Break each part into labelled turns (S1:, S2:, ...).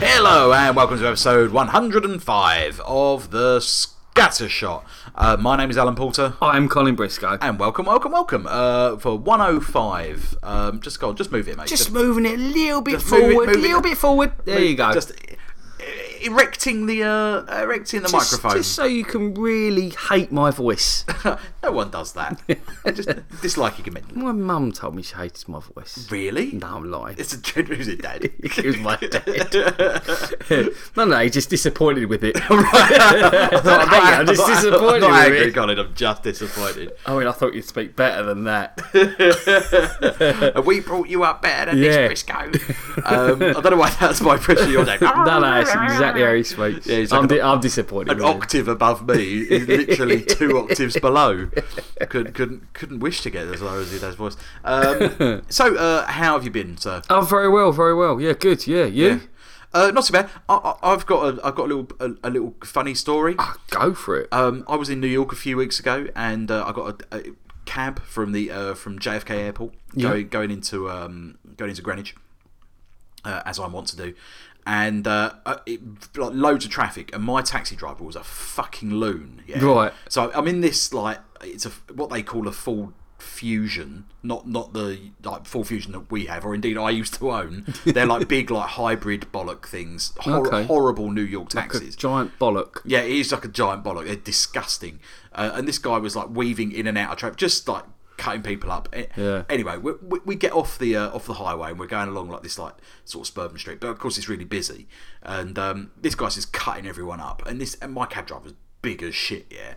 S1: Hello and welcome to episode 105 of the Scattershot. Uh, my name is Alan Porter.
S2: I'm Colin Briscoe.
S1: And welcome, welcome, welcome uh, for 105. Um, just go on, just move it, mate.
S2: Just moving it a little bit
S1: Just move it,
S2: forward, a
S1: move it.
S2: little bit forward. There you go.
S1: just e- e- erecting the uh, erecting the
S2: Just-
S1: microphone.
S2: just so you can really hate my voice.
S1: no one does that. I just dislike it.
S2: my mum told me she hated my voice.
S1: Really?
S2: No, I'm lying.
S1: It's a generous dad.
S2: It was my dad. no, no, he's just disappointed with it.
S1: I'm
S2: Hey, I'm just disappointed
S1: I'm not
S2: with
S1: angry,
S2: it.
S1: Colin. I'm just disappointed.
S2: I mean, I thought you'd speak better than that.
S1: Uh, we brought you up better than
S2: Yeah.
S1: this, Briscoe. Um, I don't know why that's my impression of your name.
S2: No, no, it's exactly how he speaks.
S1: Yeah, he's
S2: I'm,
S1: like
S2: di- I'm disappointed.
S1: "Ah, an
S2: with him.
S1: octave above me is literally two octaves below. Could, couldn't couldn't wish to get as low as his dad's voice. Um, so, uh, how have you been, sir?
S2: Oh, very well, very well. Yeah, good. Yeah, you?
S1: Uh, not too bad. I, I, I've got a, I've got a little a, a little funny story.
S2: Go for it.
S1: Um, I was in New York a few weeks ago, and uh, I got a, a cab from the uh, from JFK Airport going going into um, going into Greenwich, uh, as I want to do, and uh, uh, it, like loads of traffic, and my taxi driver was a fucking loon. Yeah.
S2: Right.
S1: So I'm in this like it's a what they call a full fusion not not the like full fusion that we have or indeed i used to own they're like big like hybrid bollock things Hor-
S2: Okay.
S1: horrible new york taxis
S2: Giant bollock.
S1: yeah, it is like a giant bollock. They're disgusting. Uh, and this guy was like weaving in and out of traffic, just like cutting people up. Eh, A-
S2: Yeah.
S1: Anyway, we, we, we get off the uh, off the highway and we're going along like this like sort of suburban street, but of course it's really busy. And um, this guy's just cutting everyone up. And this and my cab driver's big as shit. Yeah.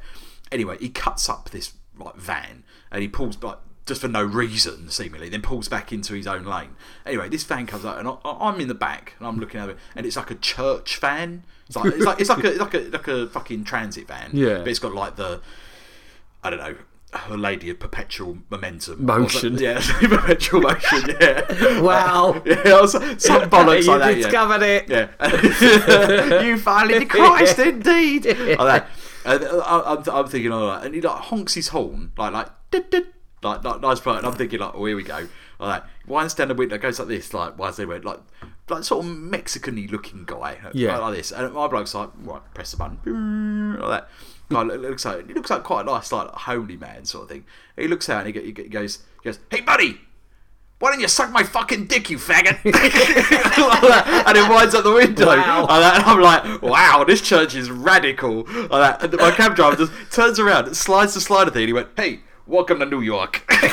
S1: Anyway, he cuts up this like van and he pulls like. Just for no reason, seemingly, then pulls back into his own lane. Anyway, this van comes out, and I, I- I'm in the back, and I'm looking at it, and it's like a church van. It's like it's like it's like a like a like a fucking transit van.
S2: Yeah.
S1: but it's got like the I don't know, a lady of perpetual momentum,
S2: Motion.
S1: Yeah, perpetual motion. Yeah.
S2: Wow.
S1: Yeah, I was- some bollocks
S2: you
S1: like that. yeah.
S2: discovered it.
S1: Yeah. you violated Christ indeed. Like that. And uh, I, I'm, I'm thinking, all right. And he like honks his horn, like, like, "Dut, dut," like, like nice part. And I'm thinking, like, oh, here we go. Like, that. winds down the window, goes like this, like, winds down the window, like, like sort of Mexican y looking guy. like-
S2: Yeah.
S1: Like, this. And my bloke's like, right, press the button. Like that. Guy lo- looks like, he looks like quite a nice, like, homely man sort of thing. He looks out and he go- he goes, he goes, hey, buddy, why don't you suck my fucking dick, you faggot? and it winds up the window.
S2: Wow.
S1: Like that, and I'm like, wow, this church is radical. Like that. And my cab driver just turns around, slides the slider thing, and he went, hey, welcome to New York. like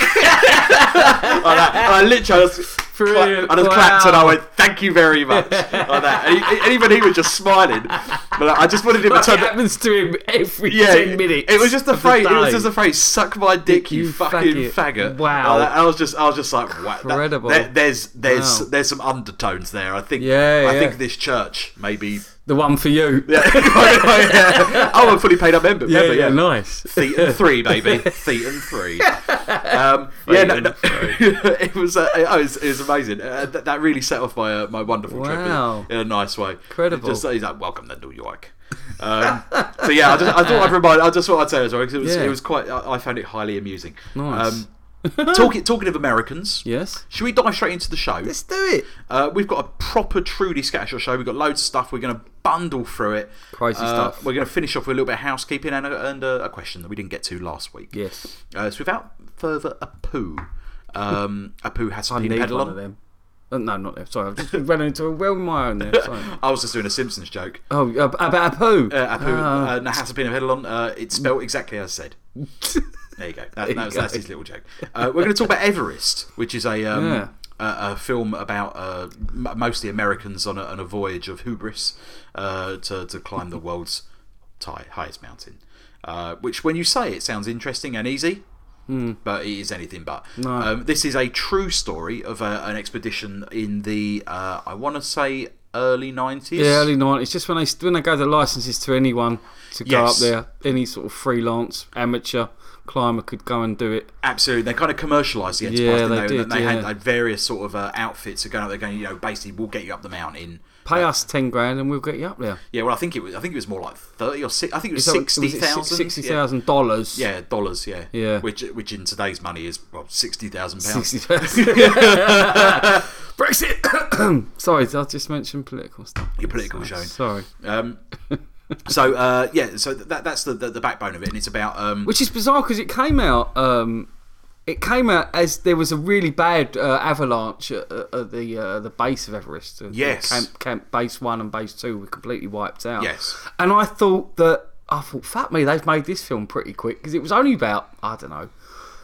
S1: that. And I literally just, cla- I
S2: Brilliant.
S1: just clapped and I
S2: Wow.
S1: went, thank you very much. Like that. And, he, and even he was just smiling. But like, I just wanted him to
S2: It
S1: turn back.
S2: happens to him every
S1: Yeah,
S2: ten minutes.
S1: It was just the
S2: of
S1: phrase. it was
S2: day.
S1: just the phrase. Suck my dick, you,
S2: You
S1: fucking
S2: faggot."
S1: faggot.
S2: Wow.
S1: And I was just, I was just like, wow. that-
S2: Incredible.
S1: there- there's, there's,
S2: Wow.
S1: there's some undertones there. I think.
S2: Yeah,
S1: I
S2: yeah.
S1: think this church maybe.
S2: The one for you.
S1: Yeah. oh, I'm a fully paid up member.
S2: yeah,
S1: member, yeah.
S2: nice.
S1: Thetan three, baby. Thetan three. Um, yeah, no, no. it was uh, it, was it was amazing. Uh, that, that really set off my uh, my wonderful trip
S2: Wow.
S1: in, in a nice way.
S2: Incredible.
S1: Just, he's like, welcome to New York. Um, so yeah, I, just, I thought I'd remind. I just thought I'd say as well because it was
S2: Yeah.
S1: it was quite. I, I found it highly amusing.
S2: Nice.
S1: Um, talking talking of Americans.
S2: Yes.
S1: Should we dive straight into the show?
S2: Let's do it.
S1: Uh, we've got a proper Trudy Scattershot show. We've got loads of stuff. We're going to bundle through it.
S2: Crazy
S1: Uh,
S2: stuff.
S1: We're going to finish off with a little bit of housekeeping and a, and a, a question that we didn't get to last week.
S2: Yes.
S1: Uh, so without further ado, um, Apu has
S2: I
S1: been
S2: need
S1: pedal
S2: one of
S1: on.
S2: them. Oh, no, not them. Sorry, I've just run into a well of my own there. Sorry.
S1: I was just doing a Simpsons joke.
S2: Oh, ab- about a poo.
S1: Uh, Apu
S2: Ah.
S1: uh, no, has been a pedal on. Uh, it's spelled exactly as I said. There you go. That, that was,
S2: go.
S1: That's his little joke. Uh, we're going to talk about Everest, which is a um,
S2: Yeah.
S1: a, a film about uh, m- mostly Americans on a, on a voyage of hubris uh, to to climb the world's ti- highest mountain. Uh, which, when you say it, sounds interesting and easy,
S2: Hmm.
S1: but it is anything but. Um, this is a true story of a, an expedition in the uh, I want to say early nineties.
S2: yeah, early nineties. Just when they when they gave the licenses to anyone to go
S1: Yes.
S2: up there, any sort of freelance amateur climber could go and do it.
S1: Absolutely, they kind of commercialised the enterprise. didn't
S2: Yeah, they
S1: they And
S2: did,
S1: They had
S2: yeah.
S1: like, various sort of uh, outfits that going up there, going, you know, basically, we'll get you up the mountain.
S2: Pay us ten grand and we'll get you up there.
S1: Yeah, well, I think it was. I think it was more like thirty or six. I think it was
S2: So it- was it
S1: sixty thousand.
S2: Sixty thousand dollars.
S1: Yeah, yeah, dollars. Yeah,
S2: Yeah.
S1: Which, which in today's money is well, sixty thousand pounds.
S2: Sixty thousand. Brexit. sorry, did I just mention political stuff?
S1: Your political
S2: sorry,
S1: zone.
S2: Sorry.
S1: Um, so uh, yeah, so that that's the, the the backbone of it, and it's about um,
S2: Which is bizarre because it came out. Um, it came out as there was a really bad uh, avalanche at, at the uh, the base of Everest. Uh,
S1: Yes.
S2: Camp, camp base one and base two were completely wiped out.
S1: Yes.
S2: And I thought that I thought, fuck me, they've made this film pretty quick because it was only about I don't know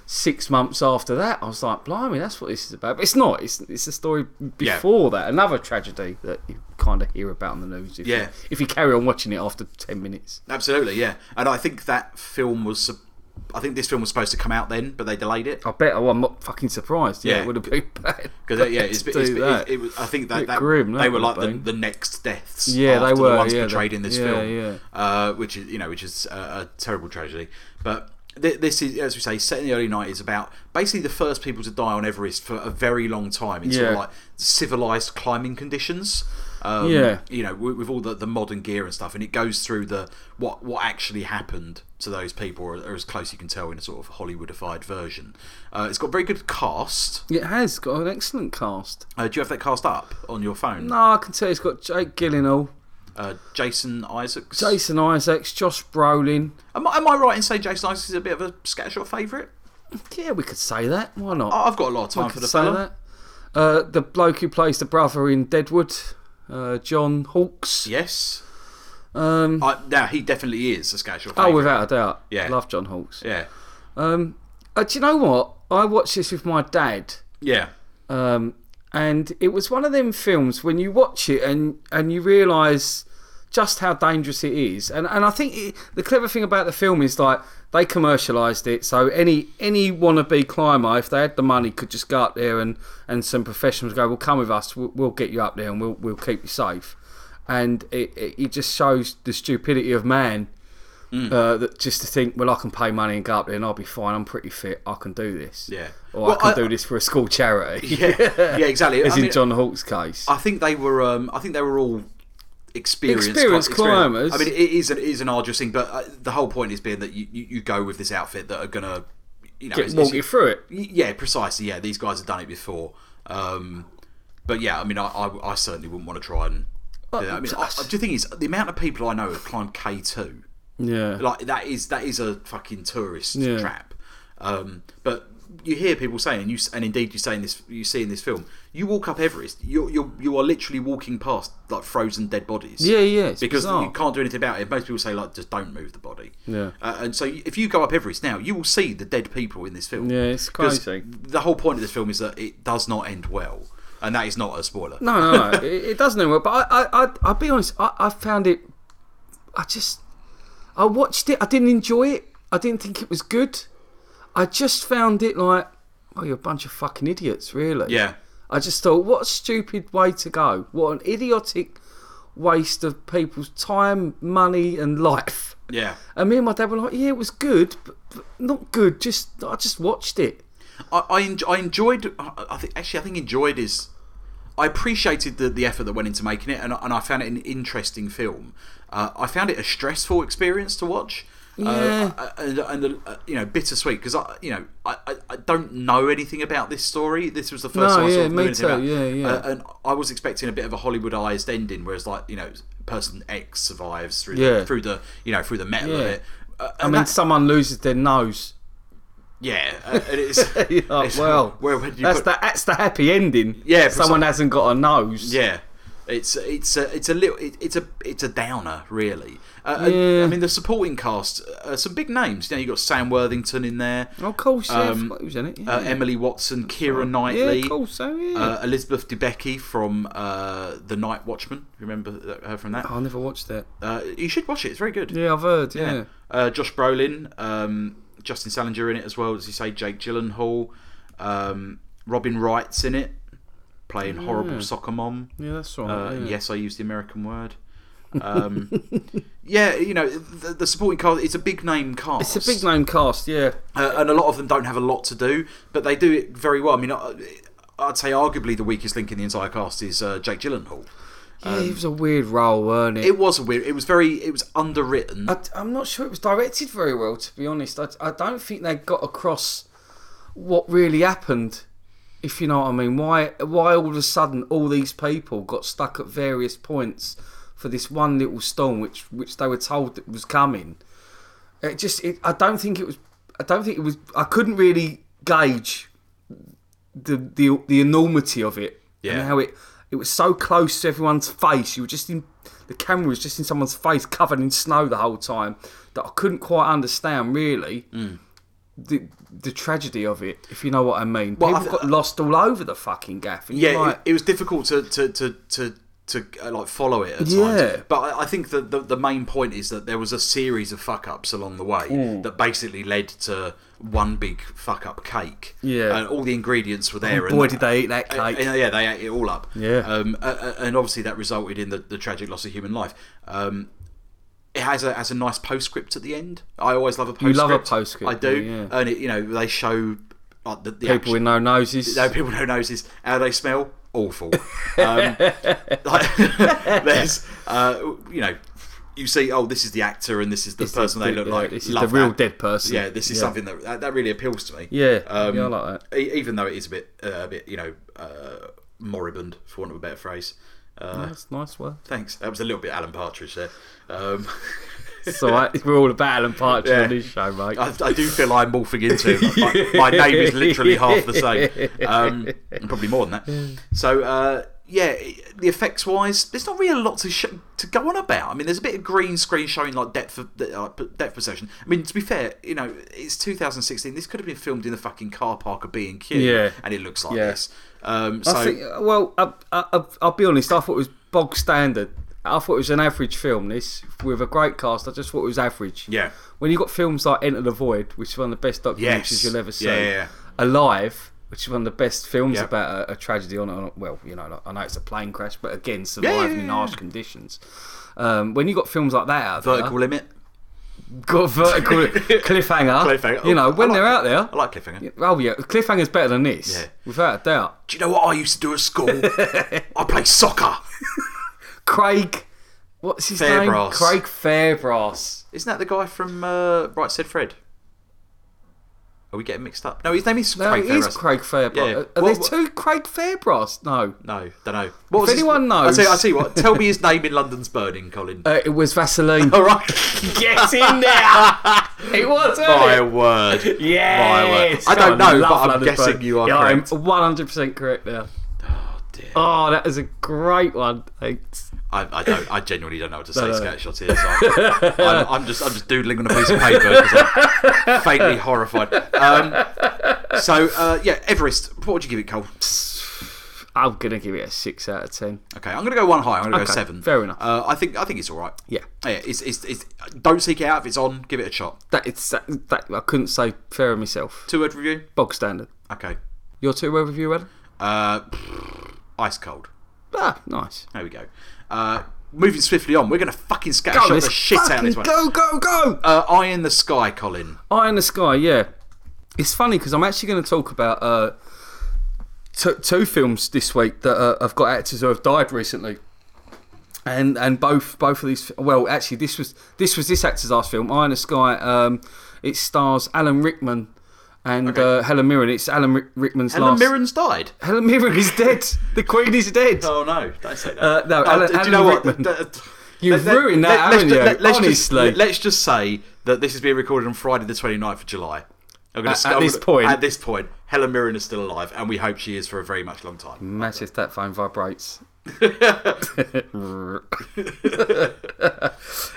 S2: six months after that. I was like, blimey, that's what this is about. But it's not. It's it's a story before that. Another tragedy that you kind of hear about on the news. If
S1: Yeah.
S2: You, if you carry on watching it after ten minutes.
S1: absolutely yeah, and I think that film was. sup- I think this film was supposed to come out then, but they delayed it
S2: I bet. Oh, I'm not fucking surprised. Yeah,
S1: Yeah.
S2: it would have been bad.
S1: because uh, yeah, it's,
S2: to
S1: it's,
S2: do
S1: it's,
S2: that.
S1: it was, I think that,
S2: Bit
S1: that
S2: grim,
S1: they
S2: that
S1: were
S2: would
S1: like
S2: have
S1: the,
S2: been.
S1: the next deaths.
S2: Yeah, they
S1: after
S2: were,
S1: the ones
S2: yeah,
S1: portrayed
S2: they-
S1: in this
S2: yeah,
S1: film,
S2: yeah.
S1: Uh, which is you know which is uh, a terrible tragedy. But th- this is as we say, set in the early nineties, about basically the first people to die on Everest for a very long time in sort of
S2: Yeah.
S1: like civilized climbing conditions. Um,
S2: Yeah.
S1: you know, with, with all the, the modern gear and stuff, and it goes through the what what actually happened to those people, or, or as close you can tell in a sort of Hollywoodified version. Uh, it's got a very good cast.
S2: It has got an excellent cast.
S1: Uh, do you have that cast up on your phone?
S2: No, I can tell it's got Jake Gyllenhaal,
S1: Uh, Jason Isaacs.
S2: Jason Isaacs, Josh Brolin.
S1: Am, I- am I right in saying Jason Isaacs is a bit of a scattershot favourite?
S2: Yeah, we could say that. Why not?
S1: I- I've got a lot of time
S2: I
S1: Oh, for
S2: could
S1: the
S2: say
S1: fella.
S2: that. Uh, the bloke who plays the brother in Deadwood, uh, John Hawkes.
S1: Yes.
S2: Um,
S1: I, now he definitely is a scattershot.
S2: oh,
S1: favourite.
S2: without a doubt.
S1: Yeah.
S2: Love John Hawkes.
S1: yeah,
S2: Um, uh, do you know what? I watched this with my dad.
S1: yeah,
S2: Um, and it was one of them films when you watch it and, and you realise just how dangerous it is. And and I think it, the clever thing about the film is like they commercialised it, so any any wannabe climber, if they had the money, could just go up there and, and some professionals go, well, come with us, we'll, we'll get you up there and we'll we'll keep you safe. And it, it, it just shows the stupidity of man.
S1: Mm.
S2: Uh, that just to think, well, I can pay money and go up there and I'll be fine. I'm pretty fit. I can do this.
S1: Yeah.
S2: Or
S1: Well,
S2: I can
S1: I-
S2: do this for a school charity.
S1: yeah, yeah. Exactly.
S2: As
S1: I,
S2: in
S1: mean,
S2: John Hawkes' case.
S1: I think they were. Um, I think they were all experienced,
S2: Experienced climbers.
S1: I mean, it is an, it is an arduous thing, but uh, the whole point is being that you, you, you go with this outfit that are gonna, you know,
S2: Get-
S1: it's-
S2: walk
S1: it's-
S2: you through it.
S1: Y- Yeah, precisely. Yeah, these guys have done it before. Um, but yeah, I mean, I, I, I certainly wouldn't want to try and. Do that. I mean, I, the thing is, the amount of people I know have climbed K two,
S2: Yeah.
S1: like that is that is a fucking tourist
S2: Yeah.
S1: trap. Um, but you hear people saying, and you s- and indeed you say in this, you see in this film, you walk up Everest, you you you are literally walking past like frozen dead bodies.
S2: yeah, yeah. It's
S1: Because
S2: bizarre.
S1: you can't do anything about it. Most people say like, just don't move the body.
S2: Yeah.
S1: Uh, and so if you go up Everest now, you will see the dead people in this film.
S2: Yeah, it's
S1: 'Cause
S2: crazy.
S1: The whole point of this film is that it does not end well, and that is not a spoiler.
S2: No, no, no. it, it doesn't end well. But I, I, I, I'll be honest. I, I found it. I just, I watched it. I didn't enjoy it. I didn't think it was good. I just found it like, oh, you're a bunch of fucking idiots, really.
S1: Yeah.
S2: I just thought, what a stupid way to go. What an idiotic waste of people's time, money, and life.
S1: Yeah,
S2: And me and my dad were like, yeah, it was good, but, but not good. Just I just watched it.
S1: I I, en- I enjoyed. I I think actually I think enjoyed is. I appreciated the, the effort that went into making it, and, I- and I found it an interesting film. Uh, I found it a stressful experience to watch,
S2: Yeah.
S1: uh, and, and uh, you know bittersweet because I you know I, I, I don't know anything about this story. This was the first
S2: No,
S1: time I
S2: yeah,
S1: sort of knew
S2: me
S1: anything
S2: too,
S1: about.
S2: yeah, yeah.
S1: Uh, and I was expecting a bit of a Hollywoodized ending, whereas like you know person X survives through
S2: Yeah.
S1: the, through the you know through the metal of
S2: Yeah.
S1: it. Uh,
S2: I
S1: and
S2: mean,
S1: that-
S2: someone loses their nose.
S1: yeah, uh, and it's,
S2: You're like,
S1: it's-
S2: well,
S1: where, where did you
S2: that's
S1: put
S2: the that's the happy ending.
S1: Yeah,
S2: someone hasn't got a nose.
S1: Yeah, it's it's a it's a little it, it's a it's a downer really. Uh, and-
S2: Yeah.
S1: I mean the supporting cast, uh, some big names. You know, you got Sam Worthington in there,
S2: Oh, of course,
S1: Um,
S2: yeah, I forgot he was in it. Yeah,
S1: uh, Emily Watson, Kira
S2: yeah
S1: Knightley,
S2: of course, so yeah.
S1: uh, Elizabeth Debicki from uh, The Night Watchman. Remember that- her from that?
S2: Oh, I never watched that.
S1: Uh, you should watch it. It's very good.
S2: Yeah, I've heard. Yeah,
S1: Uh, Josh Brolin, um, Justin Salinger in it as well as you say. Jake Gyllenhaal, um, Robin Wright's in it, playing horrible soccer mom.
S2: yeah, that's right.
S1: Uh,
S2: yeah.
S1: Yes, I used the American word. Um, yeah, you know the, the supporting cast. It's a big name cast.
S2: It's a big name cast. Yeah,
S1: uh, and a lot of them don't have a lot to do, but they do it very well. I mean, I, I'd say arguably the weakest link in the entire cast is uh, Jake Gyllenhaal.
S2: yeah, it was a weird role, weren't it?
S1: Um, It was a weird. It was very. It was underwritten.
S2: I, am not sure it was directed very well, to be honest. I, I don't think they got across what really happened if you know what I mean. Why why all of a sudden all these people got stuck at various points for this one little storm, which which they were told that was coming. It just it, I don't think it was. I don't think it was. I couldn't really gauge the the the enormity of it.
S1: Yeah.
S2: And how it it was so close to everyone's face. You were just in the camera was just in someone's face, covered in snow the whole time. That I couldn't quite understand really.
S1: Mm.
S2: The, the tragedy of it, if you know what I mean.
S1: Well, I
S2: People
S1: th-
S2: got lost all over the fucking gaff. And
S1: yeah,
S2: you're like,
S1: it, it was difficult to to to to, to uh, like follow it at
S2: Yeah.
S1: times. But I, I think that the, the main point is that there was a series of fuck ups along the way
S2: Hmm.
S1: that basically led to one big fuck up cake.
S2: Yeah. Oh,
S1: and all the ingredients were there.
S2: boy,
S1: and,
S2: did they eat that
S1: uh,
S2: cake.
S1: yeah, they ate it all up.
S2: Yeah.
S1: um, uh, uh, and obviously that resulted in the, the tragic loss of human life. Um, it has a has a nice postscript at the end. I always love a postscript.
S2: love a postscript,
S1: I do,
S2: yeah.
S1: and it, you know they show like the, the
S2: people
S1: action-
S2: with no noses.
S1: no people don't notice this. How they smell? Awful. Um, like, there's, uh, you know, you see, oh, this is the actor and this is the
S2: This is
S1: person they
S2: the-
S1: look
S2: yeah,
S1: like.
S2: this is
S1: Love
S2: the real
S1: that.
S2: dead person.
S1: Yeah, this is
S2: Yeah.
S1: something that, that that really appeals to me.
S2: Yeah,
S1: um,
S2: yeah, I like that.
S1: e- even though it is a bit, uh, a bit, you know, uh, moribund for want of a better phrase. Uh,
S2: That's a nice word.
S1: Thanks. That was a little bit Alan Partridge there. Um,
S2: So right. we're all about Alan Partridge
S1: Yeah.
S2: on this show, mate.
S1: I, I do feel I'm morphing into it. my, my name is literally half the same, um, and probably more than that. So uh, yeah, the effects wise, there's not really a lot to sh- to go on about. I mean, there's a bit of green screen showing like depth of uh, depth perception. I mean, to be fair, you know, it's 2016. This could have been filmed in the fucking car park of B and Q,
S2: Yeah.
S1: and it looks like
S2: Yeah.
S1: this. Um, so
S2: I think, uh, well, I, I, I- I'll be honest. I thought it was bog standard. I thought it was an average film. This with a great cast. I just thought it was average.
S1: Yeah.
S2: When you got films like Enter the Void, which is one of the best documentaries
S1: Yes.
S2: you'll ever see,
S1: Yeah, yeah, yeah.
S2: Alive, which is one of the best films
S1: Yep.
S2: about a, a tragedy on, on. Well, you know, like, I know it's a plane crash, but again,
S1: yeah,
S2: surviving in
S1: yeah.
S2: harsh conditions. Um, when you got films like that out there,
S1: vertical limit.
S2: got vertical cliffhanger,
S1: Cliffhanger.
S2: You know,
S1: Oh,
S2: when
S1: I like
S2: they're out
S1: that.
S2: there,
S1: I like cliffhanger.
S2: Oh yeah, cliffhanger's better than this,
S1: Yeah.
S2: without a doubt.
S1: Do you know what I used to do at school? I played soccer.
S2: Craig, what's his name?
S1: Fairbrass.
S2: Craig Fairbrass.
S1: Isn't that the guy from uh, Right Said Fred? Are we getting mixed up? No, his name is
S2: No,
S1: Craig
S2: it is
S1: Ferris.
S2: Craig Fairbrass. Uh,
S1: Yeah.
S2: Are
S1: Well,
S2: there two Craig Fairbrass? No,
S1: No, don't know. What was his-
S2: anyone knows-
S1: I tell, you, I tell you what. Tell me his name in London's burning, Colin.
S2: uh, it was Vaseline.
S1: All right.
S2: Get in there! it was. wasn't
S1: My
S2: it?
S1: word.
S2: Yes.
S1: My word. I don't
S2: God,
S1: know,
S2: love
S1: but I'm
S2: London
S1: guessing
S2: Burn.
S1: you are
S2: Yeah,
S1: correct.
S2: I'm 100 percent correct there.
S1: Oh dear.
S2: Oh, that is a great one. Thanks.
S1: I, I don't. I genuinely don't know what to say. Scat shot here. So I'm, I'm, I'm just. I'm just doodling on a piece of paper because I'm faintly horrified. Um, so uh, yeah, Everest. What would you give it, Cole?
S2: I'm gonna give it a six out of ten.
S1: Okay, I'm going to go one higher. I'm going to
S2: Okay,
S1: go seven.
S2: fair enough.
S1: Uh, I think I think it's all right.
S2: Yeah.
S1: Yeah, it's, it's, it's, don't seek it out if it's on. Give it a shot.
S2: That it's that, that I couldn't say fair of myself.
S1: Two word review.
S2: Bog standard.
S1: Okay.
S2: Your two word review, Adam?
S1: Uh, ice cold.
S2: Ah, nice.
S1: There we go. Uh, moving swiftly on, we're going to fucking scatter shot the shit out of this one.
S2: Go, go, go!
S1: Uh, Eye in the sky, Colin.
S2: Eye in the Sky, yeah. It's funny because I'm actually going to talk about uh, t- two films this week that uh, have got actors who have died recently. And and both both of these well actually this was this was this actor's last film Eye in the Sky um, it stars Alan Rickman and uh, Helen Mirren it's Alan Rick- Rickman's
S1: Helen
S2: last
S1: Mirren's died.
S2: Helen Mirren is dead the Queen is dead
S1: Oh no! Don't say that.
S2: Uh, no, Alan-
S1: Oh, do
S2: Alan
S1: you know what?
S2: Rickman.
S1: Th- th-
S2: You've ruined that,
S1: let's
S2: haven't
S1: ju-
S2: you?
S1: let's just,
S2: Honestly.
S1: let's just say that this is being recorded on Friday, the 29th of July. I'm gonna,
S2: At-
S1: sc-
S2: at
S1: I'm
S2: this
S1: gonna-
S2: point.
S1: at this point, Helen Mirren is still alive, and we hope she is for a very much long time.
S2: Imagine if that phone vibrates.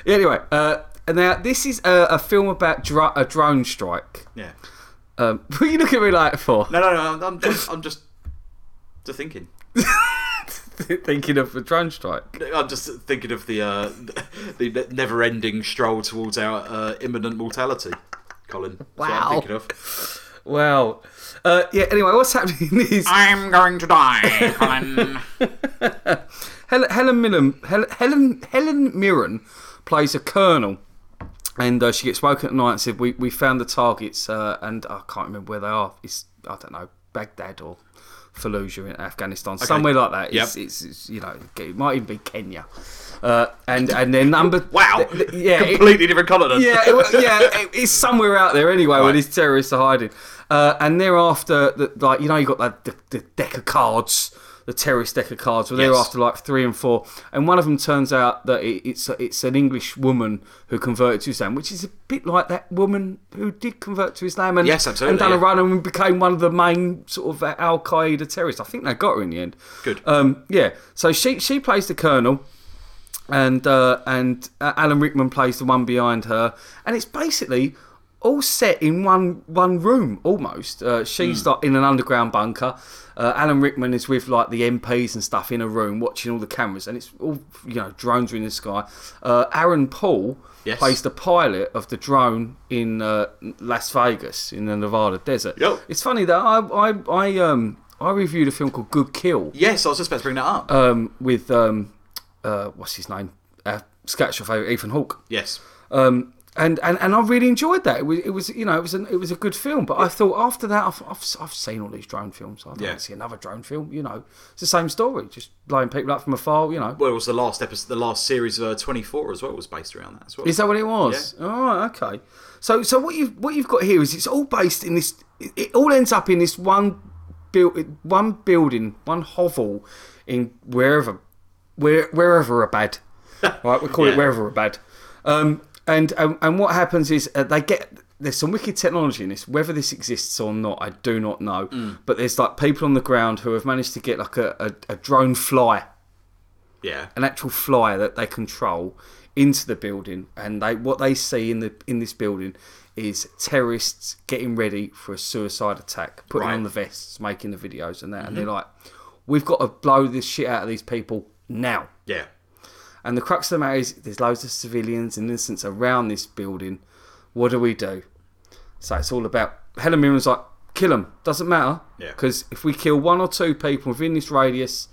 S2: anyway, uh, and now this is a, a film about dr- a drone strike.
S1: Yeah.
S2: Um, what are you looking at me like for?
S1: No, no, no. I'm, I'm just, I'm just, just thinking.
S2: Thinking of a drone strike.
S1: I'm just thinking of the uh, the never-ending stroll towards our uh, imminent mortality, Colin. That's what
S2: Wow.
S1: I'm thinking of.
S2: Wow. Uh, yeah. Anyway, what's happening is
S3: I'm going to die, Colin.
S2: Helen Helen Mirren Hel- Helen Helen Mirren plays a colonel, and uh, she gets woken at night and said, "We we found the targets, uh, and I can't remember where they are. It's I don't know Baghdad or Fallujah in Afghanistan, somewhere like that. It's,
S1: Yep.
S2: it's, it's, you know, it might even be Kenya. Uh, and and their number.
S1: Wow.
S2: th- th- yeah, it-
S1: Completely different continent.
S2: yeah, it, wa- yeah, it, it's somewhere out there anyway where
S1: Right.
S2: these terrorists are hiding. Uh, and thereafter, the, like you know, you got that the, the deck of cards, the terrorist deck of cards. Well,
S1: Yes.
S2: thereafter, like three and four, and one of them turns out that it, it's it's an English woman who converted to Islam, which is a bit like that woman who did convert to Islam and
S1: Yes, absolutely,
S2: and done a
S1: yeah.
S2: run and became one of the main sort of Al Qaeda terrorists. I think they got her in the end.
S1: Good.
S2: Um, yeah. So she she plays the colonel and uh, and uh, Alan Rickman plays the one behind her, and it's basically all set in one one room almost. Uh, she's
S1: Hmm.
S2: like in an underground bunker. Uh, Alan Rickman is with like the MPs and stuff in a room watching all the cameras, and it's all you know drones are in the sky. Uh, Aaron Paul
S1: Yes.
S2: plays the pilot of the drone in uh, Las Vegas in the Nevada desert.
S1: Yo.
S2: It's funny that I I I um I reviewed a film called Good Kill
S1: Yes, I was just about to bring that up.
S2: um, with um, uh, what's his name, uh, Scratch your favourite Ethan Hawke,
S1: yes.
S2: um, and, and and I really enjoyed that. It was, it was you know it was an, it was a good film, but I thought after that I've, I've, I've seen all these drone films. I don't
S1: Yeah.
S2: see another drone film. You know, it's the same story, just blowing people up from afar. You know,
S1: Well, it was the last episode, the last series of uh, 24 as well was based around that as well.
S2: Is that what it was? Oh, okay. So, so what you have what you've got here is it's all based in this. It, it all ends up in this one built one building, one hovel in wherever, where wherever a bad, right? We call it
S1: Yeah.
S2: wherever a bad. Um, and, and and what happens is uh, they get there's some wicked technology in this. Whether this exists or not, I do not know.
S1: Mm.
S2: But there's like people on the ground who have managed to get like a, a, a drone fly
S1: yeah.
S2: an actual flyer that they control into the building, and they what they see in the in this building is terrorists getting ready for a suicide attack, putting
S1: Right. Mm-hmm.
S2: on the vests, making the videos, and that, and they're like, "We've got to blow this shit out of these people now."
S1: Yeah.
S2: And the crux of the matter is, there's loads of civilians and innocents around this building. What do we do? So it's all about Helen Mirren's like, kill them. Doesn't matter.
S1: Yeah.
S2: Because if we kill one or two people within this radius,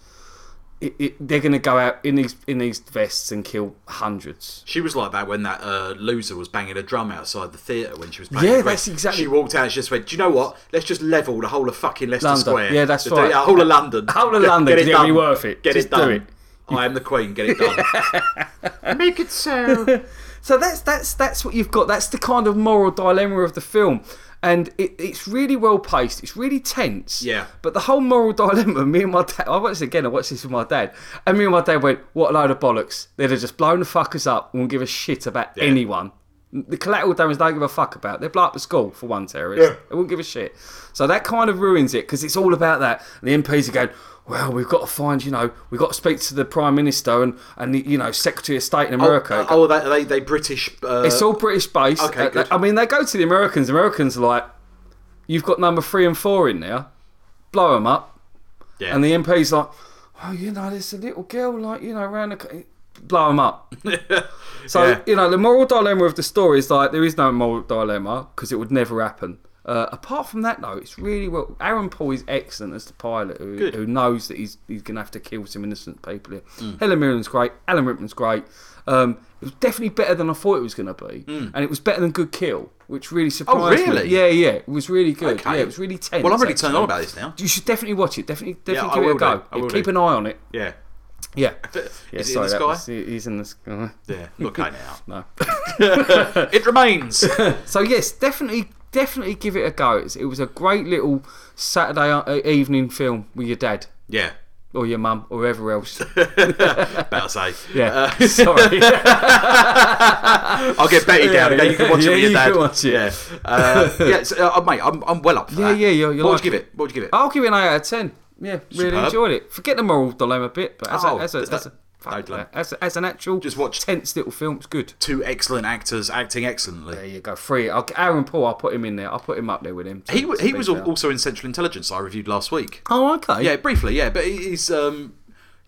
S2: it, it, they're going to go out in these in these vests and kill hundreds.
S1: She was like that when that uh, loser was banging a drum outside the theatre when she was playing.
S2: Yeah,
S1: the Queen.
S2: that's exactly-
S1: She walked out and she just went, Do you know what? Let's just level the whole of fucking Leicester
S2: London.
S1: Square.
S2: Yeah, that's
S1: the,
S2: right.
S1: The whole of London.
S2: Whole of
S1: Get-
S2: London,
S1: Get it
S2: 'cause it'll be
S1: done.
S2: worth it.
S1: Get
S2: Just
S1: it
S2: do
S1: done.
S2: it.
S1: I am the Queen. Get it done.
S3: Make it so.
S2: So that's that's that's what you've got. That's the kind of moral dilemma of the film, and it, it's really well paced. It's really tense.
S1: Yeah.
S2: But the whole moral dilemma. Me and my dad. I watched it again. I watched this with my dad, and me and my dad went, "What a load of bollocks! They'd have just blown the fuckers up and won't give a shit about anyone." The collateral damage they don't give a fuck about. They blow up the school for one terrorist. They won't give a shit. So that kind of ruins it because it's all about that. And the MPs are going, well, we've got to find, you know, we've got to speak to the Prime Minister and, and the, you know, Secretary of State in America.
S1: Uh, oh, they, they, they British. Uh,
S2: It's all British based.
S1: Okay,
S2: Uh,
S1: good.
S2: I mean, they go to the Americans. Americans are like, you've got number three and four in there, blow them up.
S1: yeah.
S2: And the MP's like, oh, you know, there's a little girl, like, you know, around the. co-" Blow them up. so,
S1: Yeah.
S2: you know, the moral dilemma of the story is like, there is no moral dilemma because it would never happen. Uh, apart from that, though, it's really well. Aaron Paul is excellent as the pilot who, who knows that he's he's going to have to kill some innocent people here.
S1: Mm.
S2: Helen Mirren's great. Alan Rickman's great. Um, it was definitely better than I thought it was going to be. And it was better than Good Kill, which really surprised
S1: Mm. Oh, really?
S2: me. Yeah, yeah. It was really good.
S1: Okay.
S2: Yeah, it was really tense.
S1: well, I'm really turned
S2: actually.
S1: on about this now.
S2: You should definitely watch it. Definitely, definitely
S1: I
S2: give it a
S1: will
S2: go.
S1: do. I will
S2: Keep
S1: do.
S2: an eye on it.
S1: Yeah.
S2: Yeah. yeah
S1: Is it in
S2: sorry,
S1: the
S2: that
S1: sky?
S2: was- he- he's in the sky.
S1: Yeah. Look at it now.
S2: No.
S1: It remains.
S2: So yes, definitely, definitely give it a go. It's, it was a great little Saturday uh, evening film with your dad
S1: yeah.
S2: or your mum or whoever else.
S1: Better say.
S2: Yeah. sorry.
S1: I'll get Betty down
S2: Yeah,
S1: again. You can watch it
S2: yeah,
S1: with your
S2: you
S1: dad.
S2: can watch it.
S1: Yeah, uh, yeah. So, uh, mate, I'm, I'm well up for
S2: Yeah,
S1: that.
S2: yeah, you're- you're
S1: What would you
S2: like Oh.
S1: give
S2: it.
S1: it? What would you give it?
S2: I'll give it an eight out of ten. Yeah, really
S1: Superb.
S2: enjoyed it. Forget the moral dilemma bit, but as a,
S1: Oh,
S2: as a,
S1: there's
S2: as a,
S1: that.
S2: fuck
S1: No
S2: that.
S1: dilemma.
S2: as, a- as an actual
S1: Just watch-
S2: tense little film, it's good.
S1: Two excellent actors acting excellently.
S2: There you go, free. I'll, Aaron Paul, I'll put him in there. I'll put him up there with him. to-
S1: He wa-
S2: to
S1: he
S2: be
S1: was
S2: fair.
S1: al- also in Central Intelligence I reviewed last week.
S2: Oh, okay.
S1: Yeah, briefly. Yeah, but he- he's um,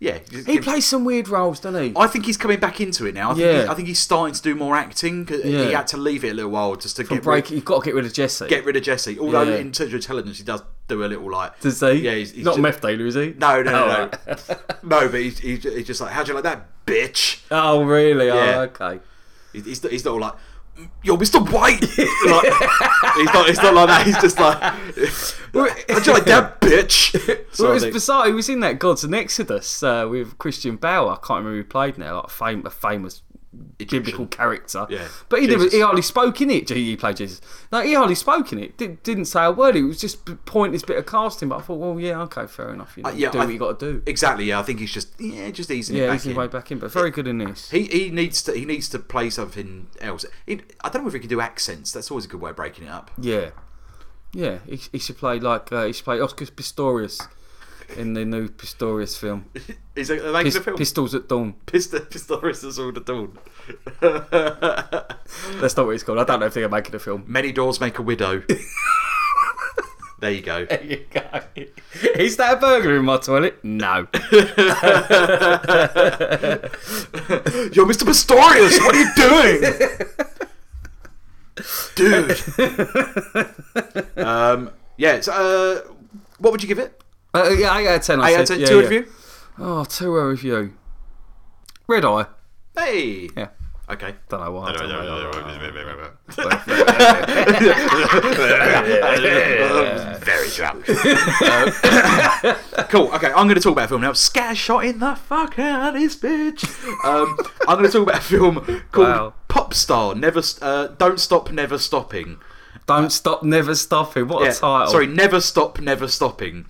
S1: yeah.
S2: he plays some weird roles, doesn't he?
S1: I think he's coming back into it now. I think,
S2: Yeah.
S1: he, I think he's starting to do more acting. 'cause
S2: Yeah.
S1: He had to leave it a little while just to get
S2: break.
S1: rid,
S2: You've got to get rid of Jesse.
S1: get rid of Jesse. Although
S2: Yeah.
S1: in Central Intelligence he does do a little like
S2: Does he?
S1: Yeah, he's, he's
S2: not
S1: ju-
S2: meth dealer, is he?
S1: No, no,
S2: Oh,
S1: no,
S2: right.
S1: no. no, but he's, he's, he's just like, how'd you like that, bitch?
S2: Oh, really?
S1: Yeah.
S2: Oh, okay.
S1: He's, he's, he's not all like, "Mm, Yo, Mr. White! like, it's, not, it's not like that, he's just like, how'd you like that, bitch?
S2: Well,
S1: Sort
S2: it
S1: of
S2: was
S1: thing.
S2: bizarre. He was in that Gods and Exodus uh, with Christian Bale. I can't remember who played now, like a, fam- a famous biblical character.
S1: Yeah.
S2: But he, never,
S1: Jesus.
S2: he hardly spoke in it. He played Jesus. No, he hardly spoke in it. Did, didn't say a word. It was just b- pointless bit of casting. But I thought, well, yeah, okay, fair enough. You know,
S1: Uh, yeah,
S2: do
S1: I-
S2: what you got to do.
S1: Exactly, yeah, I think he's just, yeah, just easing it
S2: yeah,
S1: back
S2: he's his
S1: in.
S2: way back in, but very good in this.
S1: He, he needs to he needs to play something else. He, I don't know if he can do accents. That's always a good way of breaking it up.
S2: Yeah, yeah. He, he should play like uh, he should play Oscar Pistorius in the new Pistorius film,
S1: Is it are they
S2: Pis-
S1: making a film?
S2: Pistols at Dawn.
S1: Pistol, Pistorius is all the dawn.
S2: That's not what it's called. I don't know if they're making a film.
S1: Many doors make a widow. there you go.
S2: There you go. Is that a burger in my toilet? No.
S1: Yo, Mr. Pistorius, what are you doing? Dude. um, yeah, so, uh, what would you give it?
S2: Uh, yeah, eight out of ten. I
S1: Eight
S2: said.
S1: out of ten,
S2: yeah,
S1: two
S2: yeah.
S1: of you?
S2: Oh, two out of you. Red eye.
S1: Hey.
S2: Yeah.
S1: Okay.
S2: Don't know why. I don't know.
S1: Very drunk. cool. Okay, I'm going to talk about a film now. Scash shot in the fuck out of this bitch. Um, I'm going to talk about a film called
S2: Wow.
S1: Popstar. Never, S- uh, don't stop, never stopping.
S2: Don't stop, never stopping. What
S1: Yeah,
S2: a title.
S1: Sorry, never stop, never stopping.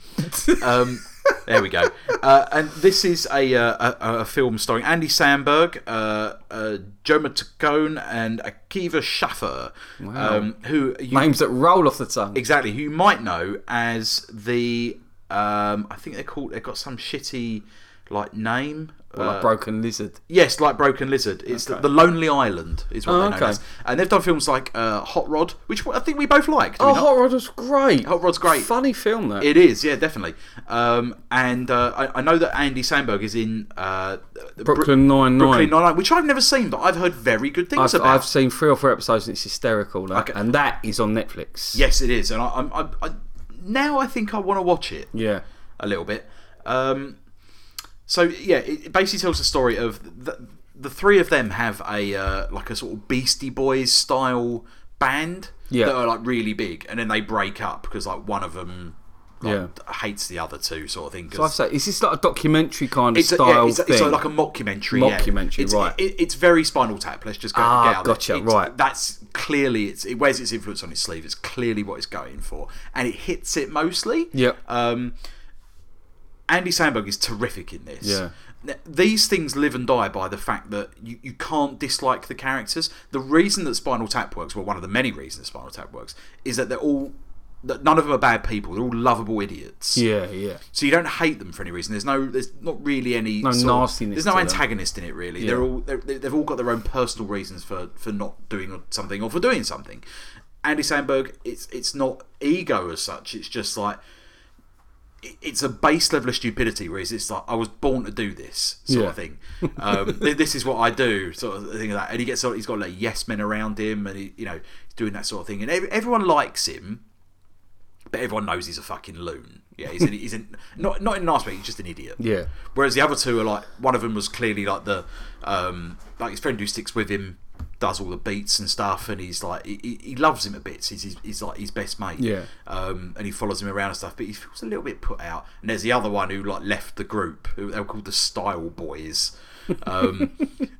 S1: Um, there we go. Uh, and this is a, uh, a a film starring Andy Samberg, uh, uh, Joe Matacone, and Akiva Schaffer, um, who you
S2: Names that roll off the tongue.
S1: exactly who you might know as the um, I think they're called they've got some shitty like name.
S2: like
S1: uh,
S2: Broken Lizard.
S1: Yes, like Broken Lizard. It's the, the Lonely Island is what
S2: Oh,
S1: they're known
S2: okay.
S1: as, and they've done films like uh, Hot Rod, which I think we both liked.
S2: Oh, Hot Rod was great.
S1: Hot Rod's great.
S2: Funny film, that.
S1: It is, yeah, definitely. Um, and uh, I, I know that Andy Sandberg is in uh, the Bru-
S2: Brooklyn Nine-Nine.
S1: Brooklyn Nine-Nine, which I've never seen, but I've heard very good things
S2: I've,
S1: about.
S2: I've seen three or four episodes and it's hysterical. That.
S1: Okay.
S2: And that is on Netflix.
S1: Yes, it is, and I, I'm- I, I now I think I want to watch it
S2: Yeah.
S1: a little bit. Um, so yeah, it it basically tells the story of the, the three of them have a uh, like a sort of Beastie Boys style band
S2: Yeah.
S1: that are like really big, and then they break up because like one of them
S2: Yeah.
S1: like, hates the other two, sort of thing. 'cause-
S2: I've said, is this like a documentary kind of
S1: a-
S2: style
S1: it's,
S2: thing?
S1: it's like a mockumentary. yeah.
S2: Mockumentary,
S1: it's,
S2: right.
S1: It, it's very Spinal Tap. Let's just go.
S2: Ah,
S1: get out there.
S2: gotcha,
S1: It's-
S2: right.
S1: That's clearly it's, it wears its influence on its sleeve. It's clearly what it's going for, and it hits it mostly.
S2: Yep.
S1: Um, Andy Sandberg is terrific in this.
S2: Yeah.
S1: N- These things live and die by the fact that you, you can't dislike the characters. The reason that Spinal Tap works, well, one of the many reasons that Spinal Tap works, is that they're all that none of them are bad people. They're all lovable idiots.
S2: yeah, yeah.
S1: So you don't hate them for any reason. There's no, there's not really any no
S2: nastiness
S1: there's no
S2: to them.
S1: antagonist in it really. They're all they're, they've all got their own personal reasons for for not doing something or for doing something. Andy Sandberg, it's it's not ego as such. It's just like it- it's a base level of stupidity. Whereas it's like I was born to do this sort
S2: Yeah.
S1: of thing. Um, th- this is what I do sort of thing like that. And he gets sort of- he's got like yes men around him, and he, you know he's doing that sort of thing. And ev- everyone likes him but everyone knows he's a fucking loon. Yeah, he's an, he's an, not not in an aspect. He's just an idiot.
S2: Yeah.
S1: Whereas the other two are like one of them was clearly like the um like his friend who sticks with him does all the beats and stuff, and he's like he, he- he loves him a bit. He's, he's he's like his best mate.
S2: Yeah.
S1: Um, and he follows him around and stuff, but he feels a little bit put out. And there's the other one who like left the group. Who they were called the Style Boys. Um,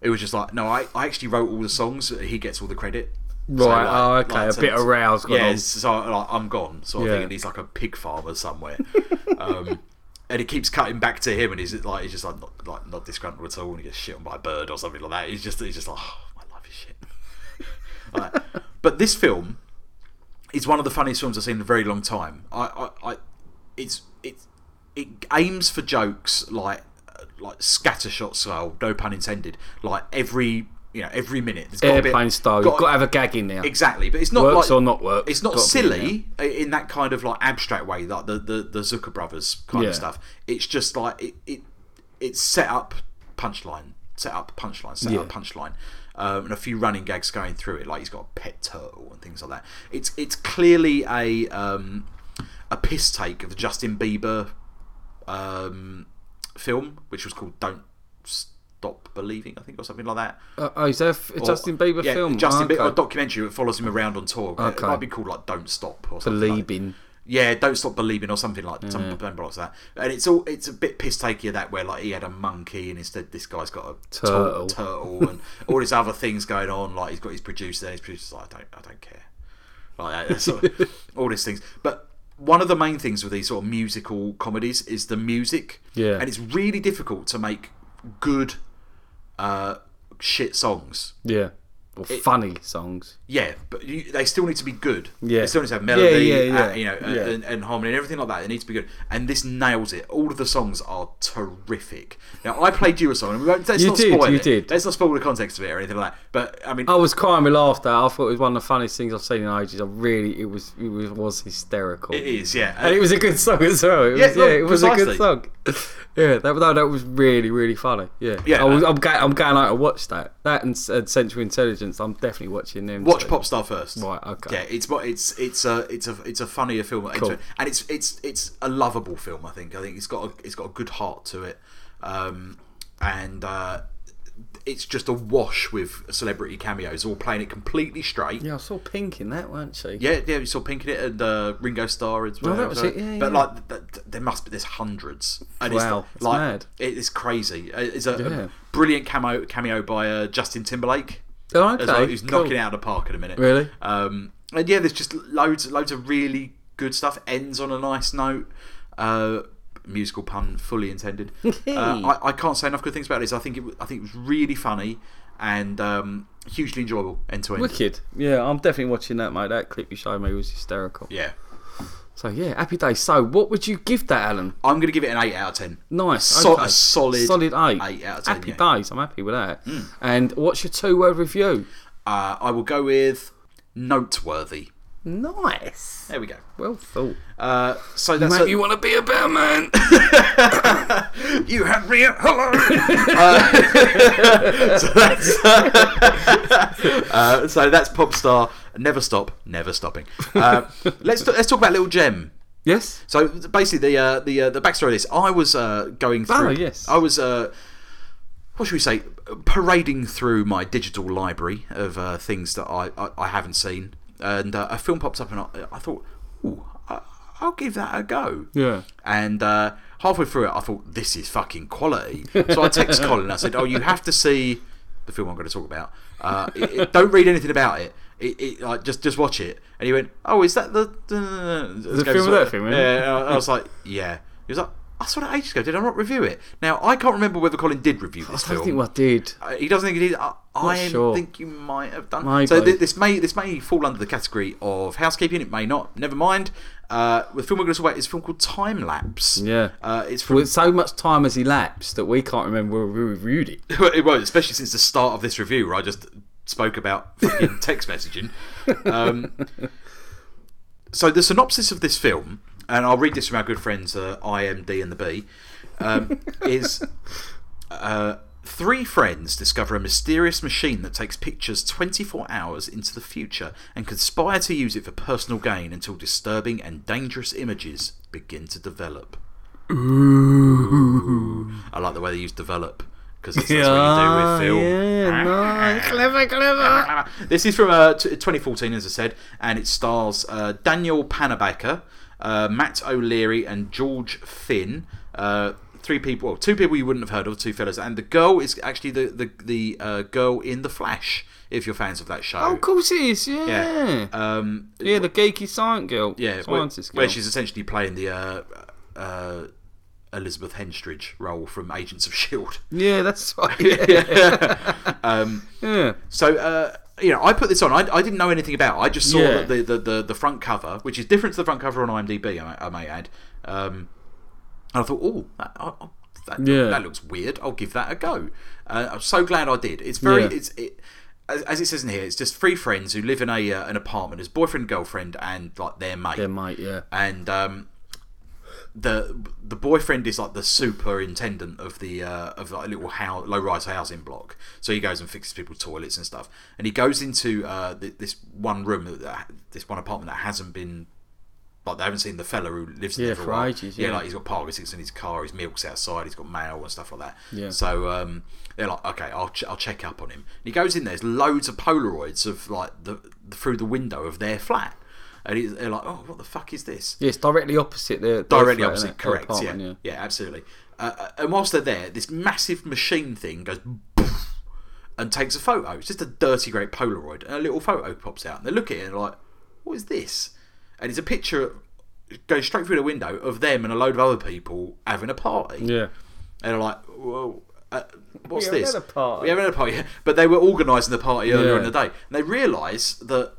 S1: it was just like no, I, I actually wrote all the songs. He gets all the credit. So,
S2: Right,
S1: like-
S2: oh, okay,
S1: like,
S2: a
S1: to-
S2: bit of rows going
S1: yeah,
S2: on.
S1: so like, I'm gone, sort of
S2: Yeah.
S1: thing. And he's like a pig farmer somewhere, um, and it keeps cutting back to him, and he's like, he's just like not like not disgruntled at all, and he gets shit on by a bird or something like that. He's just, he's just like, oh, my life is shit. like, that. but this film is one of the funniest films I've seen in a very long time. I, I, I it's it it aims for jokes like uh, like scattershot style, no pun intended. Like every you know every minute, there's gotta be-
S2: Airplane style. You've
S1: gotta-
S2: got to have a gag in there.
S1: Exactly, but it's not
S2: Works
S1: like,
S2: or not works,
S1: It's not
S2: gotta be
S1: silly i- in that kind of like abstract way, like the the, the Zucker brothers kind
S2: Yeah.
S1: of stuff. It's just like it, it it's set up punchline, set up punchline, set up
S2: Yeah.
S1: punchline, um, and a few running gags going through it. Like he's got a pet turtle and things like that. It's it's clearly a um, a piss take of the Justin Bieber um, film, which was called Don't S- Stop Believing, I think, or something like that.
S2: Uh, oh, is there a f- a
S1: Or-
S2: Justin Bieber
S1: yeah,
S2: film?
S1: Justin
S2: Oh,
S1: Bieber, a
S2: okay.
S1: documentary that follows him around on tour. It
S2: Okay.
S1: might be called like "Don't Stop" or something. like-
S2: Believing.
S1: yeah, "Don't Stop Believing" or something like some something like that. And it's all it's a bit piss takey of that where like he had a monkey and instead this guy's got a tall
S2: Turtle.
S1: turtle and all these other things going on. Like he's got his producer, and his producer's like, "I don't, I don't care." like that, sort of, all these things. But one of the main things with these sort of musical comedies is the music.
S2: Yeah.
S1: and it's really difficult to make good uh, shit songs.
S2: Yeah. Or funny songs.
S1: Yeah, but you, they still need to be good.
S2: Yeah.
S1: they still need to have melody,
S2: Yeah, yeah,
S1: uh,
S2: yeah.
S1: you know,
S2: Yeah.
S1: And, and harmony and everything like that. They need to be good, and this nails it. All of the songs are terrific. Now, I played you a song, and we won't, let's
S2: You
S1: not
S2: did,
S1: spoil
S2: you
S1: it.
S2: did. Oh.
S1: Let's not spoil the context of it or anything like that. But I mean,
S2: I was crying with laughter. I thought it was one of the funniest things I've seen in ages. I really, it was, it was, was hysterical.
S1: it is, yeah,
S2: and it was a good song as well. It was,
S1: Yeah,
S2: yeah,
S1: no,
S2: it was a
S1: precisely.
S2: good song. yeah, that, no, that was really, really funny. Yeah,
S1: Yeah,
S2: I was,
S1: uh,
S2: I'm, going, I'm going out to watch that. That and, S- and Central Intelligence. I'm definitely watching them.
S1: Watch
S2: too.
S1: Popstar first.
S2: Right, okay.
S1: Yeah, it's what it's it's a it's a it's a funnier film, It's-
S2: Cool.
S1: and it's it's it's a lovable film. I think I think it's got a, it's got a good heart to it, um, and uh, it's just a wash with celebrity cameos, all playing it completely straight.
S2: Yeah, I saw Pink in that, weren't she?
S1: Yeah, yeah, you saw Pink in it and uh, Ringo Starr as well.
S2: that was
S1: so-
S2: it, yeah,
S1: but
S2: yeah.
S1: like, th- th- there must be there's hundreds. And
S2: Wow,
S1: it's,
S2: it's
S1: like,
S2: mad.
S1: It is crazy. Uh, It's a, a
S2: Yeah.
S1: brilliant cameo cameo by uh, Justin Timberlake.
S2: Oh, okay,
S1: as well, who's
S2: cool.
S1: knocking it out of the park in a minute.
S2: Really?
S1: Um, and yeah, there's just loads loads of really good stuff. Ends on a nice note. Uh, musical pun fully intended. uh, I, I can't say enough good things about this. I think it w- I think it was really funny and um, hugely enjoyable end to end.
S2: Wicked. Yeah, I'm definitely watching that, mate. That clip you showed me was hysterical.
S1: Yeah.
S2: So yeah, happy day. So what would you give that, Alan?
S1: I'm going to give it an 8 out of 10.
S2: Nice.
S1: So-
S2: okay.
S1: A solid,
S2: solid eight.
S1: eight out of 10,
S2: happy
S1: yeah. Hmm.
S2: days. I'm happy with that. And what's your two word review?
S1: Uh, I will go with noteworthy.
S2: Nice.
S1: There we go.
S2: Well thought.
S1: Uh, so that's
S2: Maybe
S1: a,
S2: you want to be a better man.
S1: you had me at hello. Uh, so that's uh, so that's pop star. Never stop, never stopping. Uh, let's t- let's talk about Little Gem.
S2: yes.
S1: So basically, the uh, the uh, the backstory of this, I was uh, going through.
S2: Oh, yes.
S1: I was. Uh, what should we say? Parading through my digital library of uh, things that I, I, I haven't seen, and uh, a film popped up, and I, I thought, "Ooh, I, I'll give that a go."
S2: Yeah.
S1: And uh, halfway through it, I thought, "This is fucking quality." So I text Colin. I said, "Oh, you have to see the film I'm going to talk about. Uh, it, it- don't read anything about it. It, it like, just just watch it." And he went, "Oh, is that the the
S2: film with that film, isn't it?
S1: Yeah, and I I was like, yeah. He was like, I saw that ages ago. Did I not review it? Now I can't remember whether Colin did review this
S2: I don't
S1: film.
S2: think I did.
S1: Uh, he doesn't think he did. I, I
S2: sure.
S1: think you might have done.
S2: Maybe.
S1: So th- this may this may fall under the category of housekeeping. It may not. Never mind. Uh, the film we're going to talk about is a film called Time Lapse.
S2: Yeah.
S1: Uh, it's from
S2: Well, so much time has elapsed that we can't remember where we reviewed it.
S1: it won't, especially since the start of this review where I just spoke about fucking text messaging. Um, so the synopsis of this film, and I'll read this from our good friends uh, IMD and the B, um, is uh, three friends discover a mysterious machine that takes pictures 24 hours into the future and conspire to use it for personal gain until disturbing and dangerous images begin to develop. I like the way they use develop because that's what you do with film.
S2: Yeah, no, clever, clever.
S1: Ah, this is from uh, t- 2014, as I said, and it stars uh, Daniel Panabaker, uh, Matt O'Leary, and George Finn. Uh, three people, well, two people you wouldn't have heard of, two fellas, and the girl is actually the the, the uh, girl in the Flash. If you're fans of that show,
S2: Oh, of course it is. Yeah.
S1: yeah,
S2: Yeah,
S1: um,
S2: the geeky science girl.
S1: yeah, where,
S2: scientist girl.
S1: where she's essentially playing the uh, uh, Elizabeth Henstridge role from Agents of Shield.
S2: Yeah, that's right. Yeah.
S1: Um,
S2: yeah.
S1: So, uh, you know, I put this on. I, I didn't know anything about it. I just saw
S2: Yeah.
S1: the, the, the, the front cover, which is different to the front cover on IMDb, I, may- I may add. Um, and I thought, oh, that, I- I- that,
S2: Yeah.
S1: that looks weird. I'll give that a go. Uh, I'm so glad I did. It's very,
S2: Yeah.
S1: it's it, as, as it says in here, it's just three friends who live in a uh, an apartment as boyfriend, girlfriend, and like their mate
S2: Yeah, mate. Yeah.
S1: and um, the the boyfriend is like the superintendent of the uh, of like a little house, low rise housing block. So he goes and fixes people's toilets and stuff. And he goes into uh, th- this one room, that- this one apartment that hasn't been Like they haven't seen the fella who lives
S2: Yeah,
S1: there for,
S2: for
S1: a while.
S2: ages, yeah.
S1: like he's got Parkinson's in his car, his milk's outside, he's got mail and stuff like that.
S2: Yeah.
S1: So um, they're like, okay, I'll, ch- I'll check up on him. And he goes in there. There's loads of Polaroids of like the, through the window of their flat, and he's, they're like, oh, what the fuck is this?
S2: Yes, directly opposite the
S1: directly
S2: their flat,
S1: opposite.
S2: innit? Their
S1: Correct. Yeah.
S2: apartment,
S1: yeah. Absolutely. Uh, uh, and whilst they're there, this massive machine thing goes poof and takes a photo. It's just a dirty great Polaroid, and a little photo pops out. And they look at it and they're like, "What is this?" And it's a picture going straight through the window of them and a load of other people having a party.
S2: yeah.
S1: And they're like, "Whoa." Uh, what's
S2: We haven't
S1: this?
S2: had a party.
S1: We haven't had a party, but they were organising the party earlier
S2: Yeah.
S1: in the day, and they realise that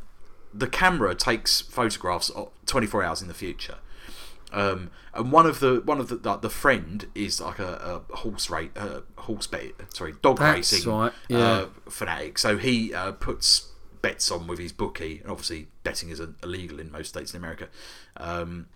S1: the camera takes photographs of- 24 hours in the future. Um, and one of the one of the like, the friend is like a, a horse race, uh, horse bet, sorry, dog
S2: That's
S1: racing
S2: right, yeah.
S1: uh, fanatic. So he uh, puts bets on with his bookie, and obviously betting is illegal in most states in America. Um,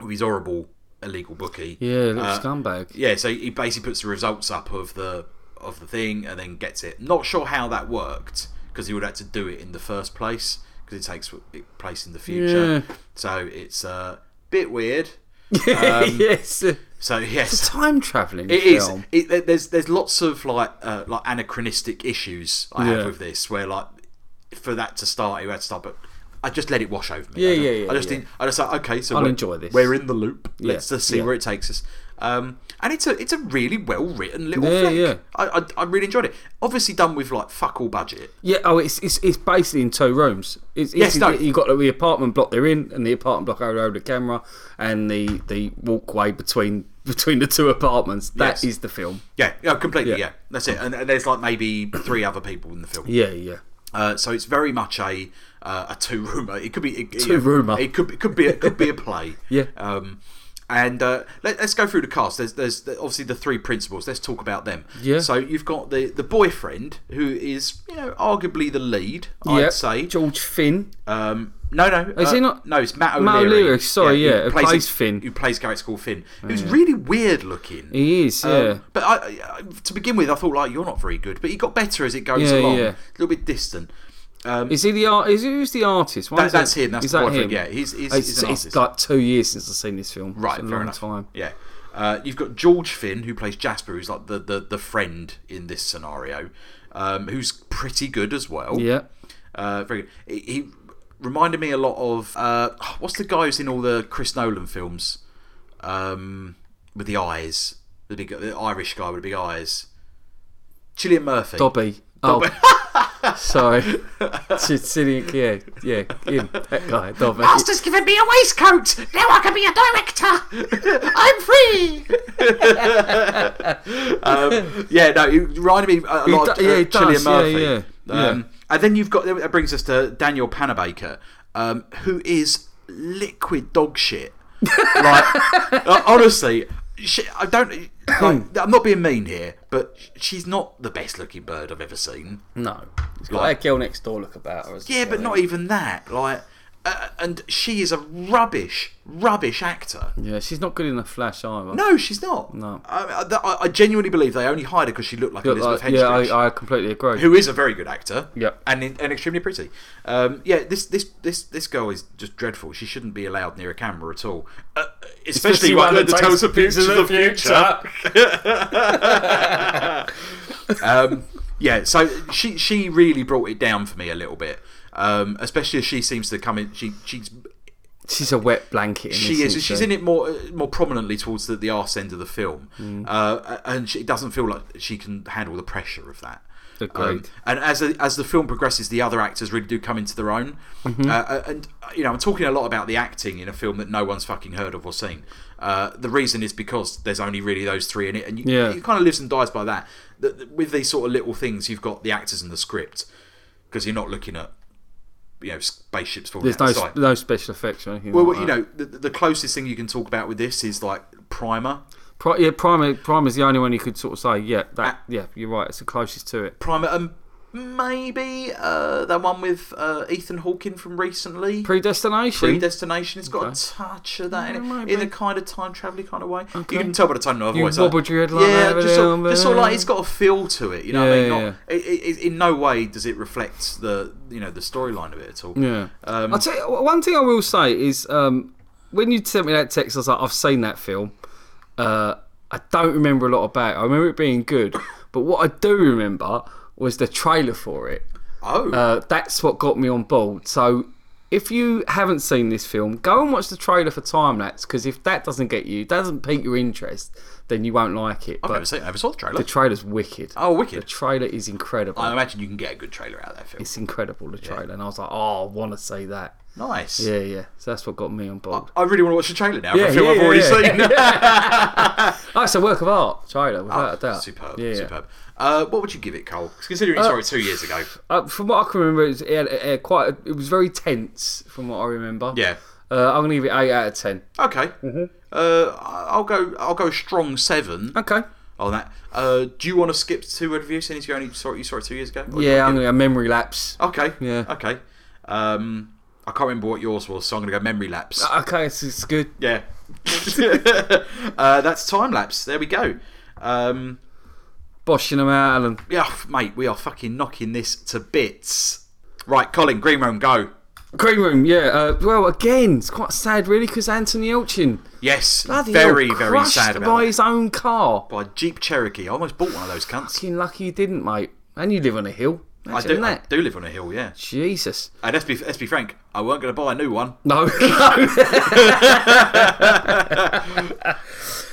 S1: with his horrible illegal bookie,
S2: Yeah, little
S1: Uh,
S2: scumbag.
S1: yeah, so he basically puts the results up of the of the thing and then gets it. Not sure how that worked because he would have to do it in the first place because it takes it place in the future.
S2: Yeah.
S1: So it's a bit weird.
S2: yes,
S1: So yes,
S2: Um, time traveling
S1: it is.
S2: film.
S1: It, there- there's there's lots of like uh, like anachronistic issues I
S2: Yeah.
S1: have with this where like for that to start, you had to start, but. I just let it wash over me.
S2: Yeah,
S1: I just,
S2: yeah, yeah,
S1: I just
S2: yeah.
S1: didn't. I just like okay, so
S2: I'll
S1: we're-
S2: enjoy this.
S1: We're in the loop.
S2: Yeah,
S1: Let's just see
S2: yeah.
S1: where it takes us. Um, and it's a it's a really well written little
S2: Yeah,
S1: flick.
S2: yeah.
S1: I, I I really enjoyed it. Obviously done with like fuck all budget.
S2: Yeah, oh, it's it's, it's basically in two rooms. It's,
S1: Yes,
S2: it's
S1: no.
S2: you got the apartment block they're in, and the apartment block over the camera, and the the walkway between between the two apartments. That is
S1: Yes.
S2: the film.
S1: Yeah, yeah, completely.
S2: Yeah.
S1: Yeah, that's it. And, and there's like maybe three other people in the film.
S2: Yeah, yeah.
S1: Uh, so it's very much a uh, a two roomer. It could be it-
S2: Two-roomer.
S1: It could it could be it could be a play.
S2: Yeah.
S1: Um, and uh, let, us go through the cast. There's there's the, obviously the three principals. Let's talk about them.
S2: Yeah.
S1: So you've got the the boyfriend who is you know arguably the lead.
S2: yeah.
S1: I'd say.
S2: George Finn.
S1: Um, no, no.
S2: Is
S1: uh,
S2: he not-
S1: No, it's Matt O'Leary.
S2: Matt O'Leary, sorry, yeah, who plays
S1: a-
S2: Finn. Oh,
S1: Who plays a character called Finn? Who's really weird looking.
S2: He is. Yeah.
S1: Um, but I, I, to begin with, I thought like you're not very good, but he got better as it goes
S2: Yeah,
S1: along.
S2: yeah.
S1: A little bit distant. Um,
S2: is he the art? Is he, who's the artist? Why
S1: that,
S2: is that-
S1: that's him. That's
S2: is
S1: the
S2: that
S1: boyfriend.
S2: him?
S1: Yeah, he's, he's,
S2: It's,
S1: he's an
S2: it's
S1: artist.
S2: like two years since I've seen this film. It's
S1: right,
S2: a
S1: fair
S2: long
S1: enough.
S2: time.
S1: Yeah. Uh, you've got George Finn, who plays Jasper, who's like the, the, the friend in this scenario, um, who's pretty good as well.
S2: Yeah.
S1: Uh, very good. He, he reminded me a lot of uh, what's the guy who's in all the Chris Nolan films um, with the eyes, the big the Irish guy with the big eyes, Cillian Murphy.
S2: Dobby. Oh. Sorry, Sicilian, yeah, yeah, him, that guy, Dobby.
S3: Master's given me a waistcoat! Now I can be a director! I'm free!
S1: um, yeah, no, it reminded me a a lot
S2: do-
S1: of uh,
S2: yeah, it
S1: Cillian
S2: does,
S1: Murphy.
S2: yeah, yeah,
S1: Um, And then you've got that brings us to Daniel Panabaker, um, who is liquid dog shit. like uh, honestly, she, I don't. Like, I'm not being mean here, but she's not the best looking bird I've ever seen.
S2: No, it's got
S1: Like-
S2: that girl next door look about her. as
S1: Yeah, but
S2: well,
S1: not even that. Like, uh, and she is a rubbish, rubbish actor.
S2: eh? Yeah, she's not good in the Flash either.
S1: No, she's not.
S2: No.
S1: I, I, I genuinely believe they only hired her because she looked like
S2: Look
S1: Elizabeth
S2: like-
S1: Henstridge.
S2: yeah, I, I completely agree.
S1: who is a very good actor.
S2: Yep.
S1: And and extremely pretty. Um, yeah, this this this this girl is just dreadful. She shouldn't be allowed near a camera at all. Uh, especially one that tells her pictures of the future. um, yeah, so she she really brought it down for me a little bit. Um, especially as she seems to come in. She she's
S2: She's a wet blanket. In
S1: she is. She's in it more uh, more prominently towards the, the arse end of the film,
S2: Mm.
S1: uh, and she it doesn't feel like she can handle the pressure of that. Um,
S2: Agreed.
S1: and as the, as the film progresses, the other actors really do come into their own.
S2: Mm-hmm.
S1: Uh, and you know, I'm talking a lot about the acting in a film that no one's fucking heard of or seen. Uh, the reason is because there's only really those three in it, and you,
S2: Yeah.
S1: it kind of lives and dies by that. The, the- with these sort of little things, you've got the actors and the script because you're not looking at you know spaceships falling
S2: There's no
S1: outside.
S2: s- no special effects or anything.
S1: Well,
S2: like
S1: well, you
S2: that.
S1: know, the, the closest thing you can talk about with this is like Primer.
S2: Pri- yeah, Primer. Primer's the only one you could sort of say, yeah,
S1: Uh,
S2: that, yeah, you're right. It's the closest to it.
S1: Primer, and maybe uh, that one with uh, Ethan Hawking from recently.
S2: Predestination.
S1: Predestination. It's got
S2: Okay.
S1: a touch of that
S2: Yeah,
S1: in
S2: might
S1: it, in
S2: be.
S1: a kind of time travelling kind of way. You can tell by the tone of my
S2: You
S1: voice.
S2: wobbled your head like
S1: yeah,
S2: that, but
S1: just sort,
S2: then-
S1: just sort of like it's got a feel to it. You know,
S2: Yeah,
S1: what I
S2: yeah,
S1: mean, Not, it, it, it- in no way does it reflect the you know the storyline of it at all.
S2: yeah.
S1: Um,
S2: I'll tell you, one thing I will say is um, when you sent me that text, I was like, I've seen that film. Uh, I don't remember a lot about it. I remember it being good, but what I do remember was the trailer for it.
S1: Oh,
S2: Uh, that's what got me on board. So if you haven't seen this film, go and watch the trailer for time lapse because if that doesn't get you, doesn't pique your interest, then you won't like it.
S1: I've never
S2: But
S1: seen. I never saw the trailer.
S2: the trailer's wicked.
S1: oh,
S2: The
S1: wicked!
S2: trailer is incredible.
S1: I imagine you can get a good trailer out of that film.
S2: It's incredible the trailer, and I was like, oh, I want to see that.
S1: Nice.
S2: Yeah, yeah. So that's what got me on board.
S1: I really want to watch the trailer now. for
S2: Yeah,
S1: a film
S2: yeah,
S1: I've
S2: yeah,
S1: already
S2: yeah.
S1: seen.
S2: Oh, it's a work of art trailer, without a doubt.
S1: Ah, Superb,
S2: Yeah.
S1: superb. Uh, what would you give it, Cole? 'Cause Considering it's sorry, two years ago.
S2: Uh, from what I can remember, it was, it had- it had quite. a- it was very tense, from what I remember.
S1: Yeah.
S2: Uh, I'm gonna give it eight out of ten.
S1: Okay. Uh, I'll go. I'll go strong seven
S2: Mm-hmm. Okay.
S1: on that. Uh, do you want to skip to a review since you only saw it? You saw it two years ago. Or do you
S2: Yeah, I'm
S1: wanna
S2: gonna go memory lapse.
S1: give- Okay.
S2: Yeah.
S1: Okay. Um, I can't remember what yours was, so I'm going to go memory lapse.
S2: Okay, it's, it's good.
S1: Yeah. uh, that's time lapse. There we go. Um,
S2: Boshing them out, Alan.
S1: yeah, f- mate, we are fucking knocking this to bits. Right, Colin, Green Room, go.
S2: Green room, yeah. Uh, well, again, it's quite sad, really, because Anthony Elchin,
S1: Yes,
S2: bloody
S1: very,
S2: hell,
S1: very
S2: crushed
S1: sad about
S2: by
S1: that.
S2: his own car.
S1: by Jeep Cherokee. I almost bought one of those cunts.
S2: Fucking lucky you didn't, mate. And you live on a hill.
S1: I
S2: Imagine
S1: do, I
S2: that.
S1: do live on a hill, yeah.
S2: Jesus.
S1: And let's be, let's be frank, I weren't going to buy a new one.
S2: No. no.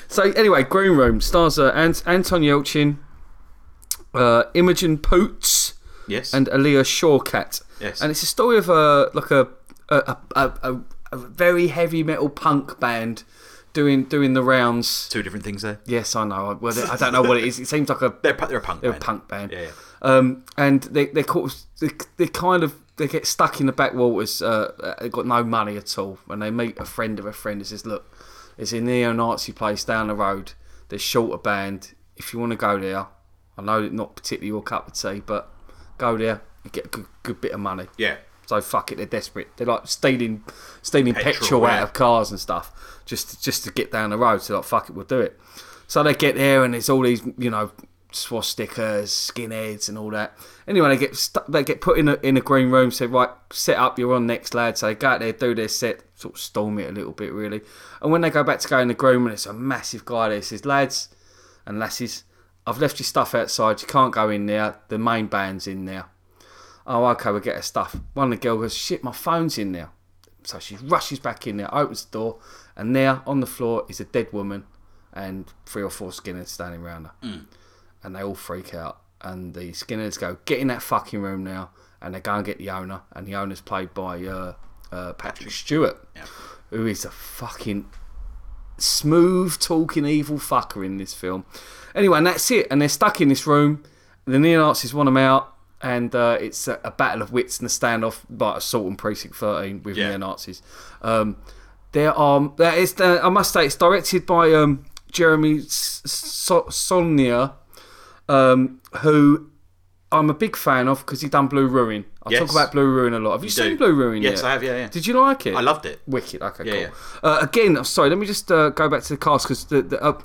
S2: so anyway, Green Room stars uh, Ant- Anton Yelchin, uh, Imogen Poots,
S1: Yes.
S2: and Aaliyah Shawkat.
S1: Yes.
S2: And it's a story of a like a a, a, a, a- a very heavy metal punk band doing doing the rounds.
S1: two different things there.
S2: Yes, I know. I, well, I don't know what it is. It seems like a
S1: They're, pu- they're a punk
S2: they're a
S1: band.
S2: punk band.
S1: Yeah, yeah.
S2: Um, and they they caught they, they kind of they get stuck in the backwaters. Uh, they got no money at all, and they meet a friend of a friend. That says, "Look, it's a neo-Nazi place down the road. They're short a band. If you want to go there, I know it's not particularly your cup of tea, but go there and get a good, good bit of money."
S1: Yeah.
S2: So fuck it, they're desperate. They're like stealing, stealing petrol,
S1: Petrol,
S2: out
S1: yeah.
S2: of cars and stuff, just to, just to get down the road. So like fuck it, we'll do it. So they get there and it's all these you know swastikas, skinheads, and all that. Anyway, they get stu- they get put in a in a green room. Said right, set up, you're on next, lad. So they go out there, do their set, sort of storm it a little bit really. And when they go back to go in the green room, it's a massive guy there. He Says lads and lasses, I've left your stuff outside. You can't go in there. The main band's in there oh, okay, we'll get her stuff. One of the girls goes, shit, my phone's in there. So she rushes back in there, opens the door, and there on the floor is a dead woman and three or four skinheads standing around her. And they all freak out. And the skinheads go, get in that fucking room now. And they go and get the owner. And the owner's played by uh, uh, Patrick Stewart,
S1: Yeah.
S2: who is a fucking smooth talking evil fucker in this film. Anyway, and that's it. And they're stuck in this room. The neo Nazis want them out, and uh, it's a, a battle of wits and a standoff by Assault and Precinct 13 with
S1: Yeah.
S2: neo Nazis. Um, there are that is uh, I must say it's directed by um, Jeremy S- S- Sonnia, um, who I'm a big fan of because he done Blue Ruin. I
S1: Yes.
S2: talk about Blue Ruin a lot. Have you, seen Blue Ruin?
S1: Yes,
S2: yet?
S1: I have, yeah, yeah.
S2: Did you like it?
S1: I loved it.
S2: Wicked. Okay, cool.
S1: yeah.
S2: Uh, again, I'm sorry. Let me just uh, go back to the cast because the, the uh,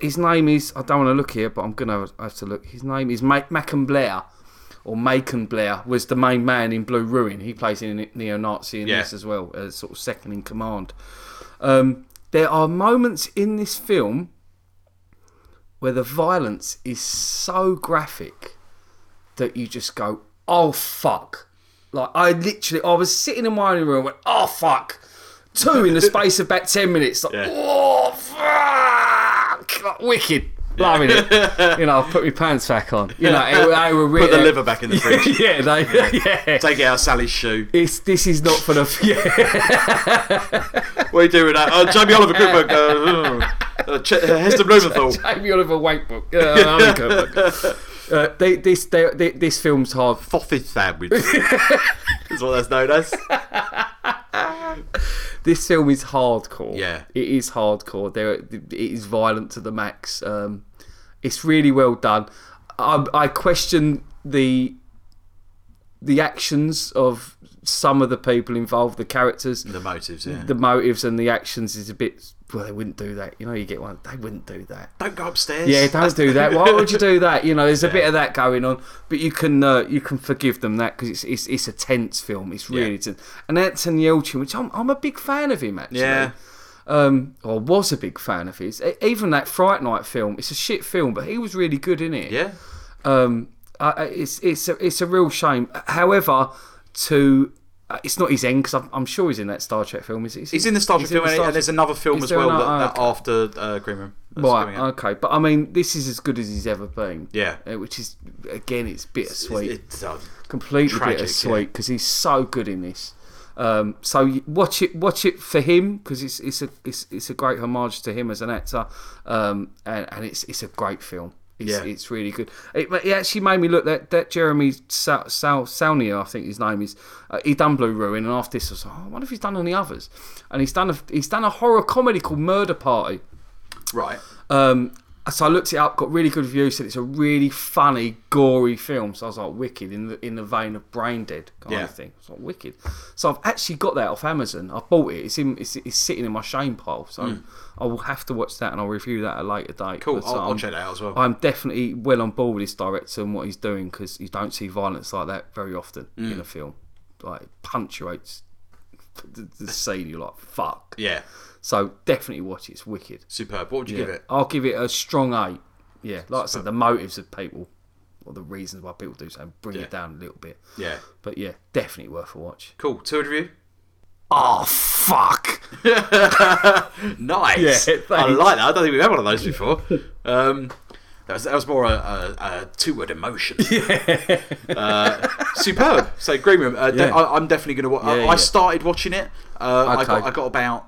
S2: his name is I don't want to look here, but I'm gonna have to look. His name is Mike Macon Blair, or Macon Blair was the main man in Blue Ruin. He plays in neo-Nazi in
S1: Yeah.
S2: this as well, as sort of second in command. Um, there are moments in this film where the violence is so graphic that you just go, oh fuck. Like I literally, I was sitting in my own room, and went, oh fuck, two in the space of about ten minutes. Like,
S1: Yeah.
S2: oh fuck, like, wicked, loving it. You know, I put my pants back on. You know, it, I were really
S1: Put the liver back in the fridge.
S2: Yeah, they, yeah.
S1: Take out Sally's shoe.
S2: It's this is not for the yeah.
S1: What are you doing with that? Oh, Jamie Oliver Cookbook. Uh, uh, Ch- uh, Hester Blumenthal.
S2: Jamie Oliver wank book. Uh, I mean, cookbook. Uh, they, this, they, they, this film's hard.
S1: Foffy sandwich. That's what that's known as.
S2: this film is hardcore.
S1: Yeah.
S2: it is hardcore. There, it is violent to the max. Um, it's really well done. I, I question the the actions of some of the people involved, the characters,
S1: The motives, yeah.
S2: the motives and the actions is a bit well, they wouldn't do that. You know, you get one. They wouldn't do that.
S1: Don't go upstairs.
S2: Yeah, don't do that. Why would you do that? You know, there's a bit of that going on, but you can uh, you can forgive them that because it's, it's it's a tense film. It's really tense. And Anton Yelchin, which I'm I'm a big fan of him actually.
S1: Yeah.
S2: Um, or was a big fan of his. E- Even that Fright Night film. It's a shit film, but he was really good in it.
S1: Yeah.
S2: Um, I I- it's it's a it's a real shame. However, to uh, it's not his end because I'm, I'm sure he's in that Star Trek film. Is he?
S1: He's in the Star Trek
S2: He's
S1: film,
S2: the
S1: and-
S2: Star
S1: and there's
S2: Trek-
S1: another film
S2: Is
S1: as
S2: there
S1: well that,
S2: another-
S1: that after uh, Green Room. That's coming
S2: Right.
S1: out.
S2: Okay. But I mean, this is as good as he's ever been.
S1: Yeah.
S2: Uh, Which is again, it's bittersweet,
S1: It's- it's, uh,
S2: completely
S1: tragic,
S2: bittersweet because he's so good in this. Um, so y- watch it, watch it for him because it's it's a it's, it's a great homage to him as an actor, um, and, and it's it's a great film. It's,
S1: Yeah.
S2: it's really good. It, it actually made me look that that Jeremy Sal, Sal, Salnier, I think his name is. Uh, he done Blue Ruin, and after this, I was like, oh, I wonder if he's done any others. And he's done a he's done a horror comedy called Murder Party.
S1: right.
S2: Um, so I looked it up, got really good reviews, said it's a really funny, gory film. So I was like, wicked in the in the vein of Brain Dead kind
S1: Yeah.
S2: of thing. It's like wicked. So I've actually got that off Amazon. I bought it. It's in. It's, it's sitting in my shame pile. So I will have to watch that, and I'll review that at a later date.
S1: Hmm. Cool. I'll- I'll
S2: um,
S1: check that out as well.
S2: I'm definitely well on board with this director and what he's doing because you don't see violence like that very often
S1: Hmm.
S2: in a film. Like it punctuates the, the scene. You're like, fuck.
S1: Yeah.
S2: So definitely watch it. It's wicked.
S1: Superb. What would you
S2: Yeah,
S1: give it?
S2: I'll give it a strong eight. Yeah, like I said, the motives of people or the reasons why people do something bring
S1: Yeah.
S2: it down a little bit.
S1: Yeah.
S2: But yeah, definitely worth a watch.
S1: Cool. Two review.
S2: Oh fuck!
S1: Nice.
S2: Yeah,
S1: I
S2: thanks.
S1: like that. I don't think we've had one of those before. Um, that was, that was more a, a, a two-word emotion. Uh, superb. So Green Room. Uh, de-
S2: Yeah.
S1: I, I'm definitely going to. watch. I,
S2: Yeah,
S1: I
S2: yeah.
S1: started watching it. Uh, I
S2: Okay.
S1: got I got about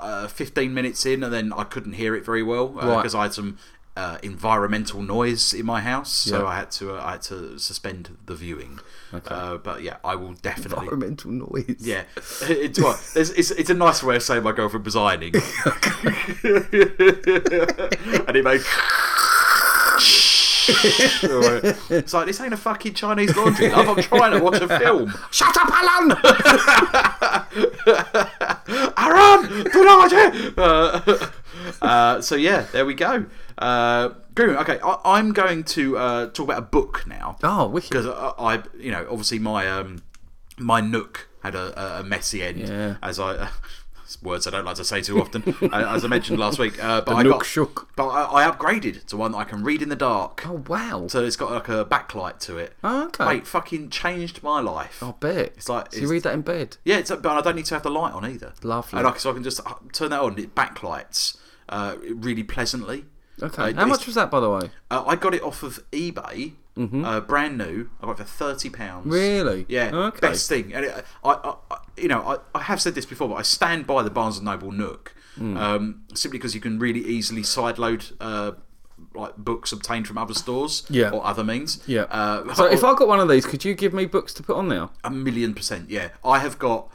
S1: uh, 15 minutes in, and then I couldn't hear it very well
S2: Right.
S1: because I had some. Uh, environmental noise in my house, so
S2: Yeah.
S1: I had to uh, I had to suspend the viewing. Uh, but yeah, I will definitely
S2: Environmental noise.
S1: yeah, it's, well, it's, it's, it's a nicer way of saying my girlfriend was ironing. and it made. it's like, this ain't a fucking Chinese laundry, love. I'm trying to watch a film.
S2: Shut up, Alan.
S1: Aaron! The larger! Uh, uh, so, yeah, there we go. Uh, Green, okay, I, I'm going to uh, talk about a book now.
S2: oh, wicked.
S1: because I, I, you know, obviously my um, my Nook had a, a- a messy end,
S2: Yeah.
S1: as I. Words I don't like to say too often, uh, as I mentioned last week. Uh, but I
S2: Nook
S1: got,
S2: shook.
S1: But I, I upgraded to one that I can read in the dark,
S2: Oh wow.
S1: so it's got like a backlight to it.
S2: Oh, okay. Oh.
S1: Mate, fucking changed my life.
S2: I bet.
S1: It's like-
S2: so
S1: it's-
S2: you read that in bed.
S1: Yeah, it's, but I don't need to have the light on either.
S2: Lovely.
S1: And I, so I can just uh, turn that on. It backlights uh, really pleasantly.
S2: Okay.
S1: Uh,
S2: How
S1: it's-
S2: much was that, by the way?
S1: uh, I got it off of eBay, uh, brand new. I got it for thirty pounds.
S2: Mm-hmm. Really?
S1: Yeah.
S2: Okay.
S1: Best thing. And it, I, I, I, you know, I, I have said this before, but I stand by the Barnes and Noble Nook
S2: Hmm.
S1: um, simply because you can really easily sideload. Uh, like books obtained from other stores
S2: Yeah.
S1: or other means.
S2: Yeah.
S1: Uh,
S2: so if I got one of these, could you give me books to put on there?
S1: a million percent, yeah. I have got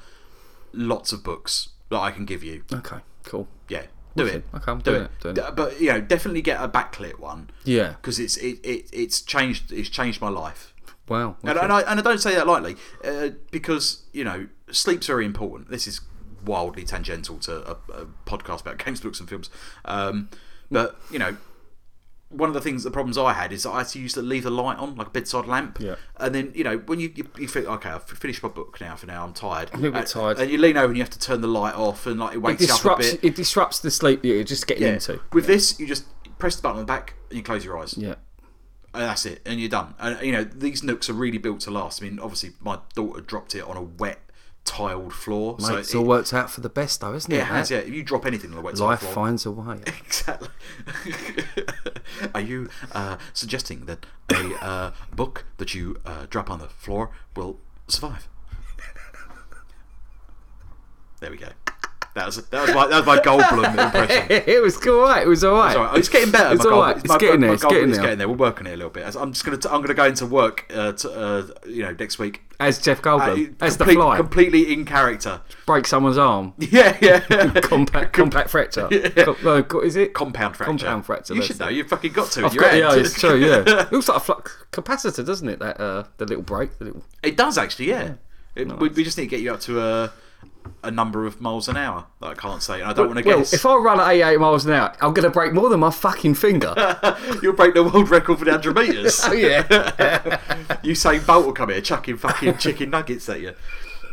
S1: lots of books that I can give you.
S2: Okay. Cool.
S1: Yeah. Do it.
S2: Okay, I'm
S1: do
S2: doing
S1: it.
S2: it, doing
S1: D- But you know, definitely get a backlit one.
S2: Yeah.
S1: Because it's it, it it's changed it's changed my life.
S2: Wow.
S1: And, and, I, and I don't say that lightly uh, because, you know, sleep's very important. This is wildly tangential to a, a podcast about games, books, and films. Um, but, you know, one of the things, the problems I had is that I had to use to leave the light on, like a bedside lamp.
S2: Yeah.
S1: And then, you know, when you, you, you think, okay, I've finished my book now for now, I'm tired. I'm
S2: a bit tired.
S1: And you lean over and you have to turn the light off and, like, it wakes you up a
S2: disrupts.
S1: bit.
S2: It disrupts the sleep that you're just getting
S1: Yeah.
S2: into.
S1: With this, you just press the button on the back and you close your eyes
S2: Yeah.
S1: and Oh, that's it, and you're done. And you know these nooks are really built to last. I mean, obviously my daughter dropped it on a wet tiled floor, so
S2: Mate,
S1: it,
S2: it's all worked out for the best, though, isn't it?
S1: it has.
S2: mate?
S1: Yeah, if you drop anything on a wet tiled
S2: Life
S1: floor,
S2: finds a way.
S1: exactly. are you uh, suggesting that a uh, book that you uh, drop on the floor will survive? There we go. That was that was my that was my Goldblum impression.
S2: it was all right. It was all right.
S1: Sorry, it's getting better.
S2: It's
S1: my
S2: all
S1: goal-
S2: right. It's
S1: my-
S2: getting
S1: my
S2: there. It's
S1: goal
S2: getting
S1: is
S2: there.
S1: getting there. We're working it a little bit. I'm just gonna. T- I'm gonna go into work. Uh, to, uh, you know, next week.
S2: As Jeff
S1: Uh,
S2: Goldblum, as the
S1: complete-
S2: fly,
S1: completely in character.
S2: break someone's arm.
S1: Yeah, yeah.
S2: Compact, compact fracture. Co- no, co- is it?
S1: Compound fracture.
S2: Compound fracture,
S1: You
S2: that's
S1: should
S2: it.
S1: know. You've fucking got to.
S2: I've
S1: at your
S2: got-
S1: end.
S2: yeah, it's true. Yeah, it looks like a flux capacitor, doesn't it? That uh, the little break, the little. Hmm.
S1: It does actually. Yeah. It- we, we just need to get you up to a. a number of miles an hour that I can't say, and I don't want to
S2: Well,
S1: guess.
S2: if I run at 88 miles an hour, I'm going to break more than my fucking finger.
S1: You'll break the world record for the 100 metres.
S2: oh, yeah.
S1: You say Bolt will come here chucking fucking chicken nuggets at you.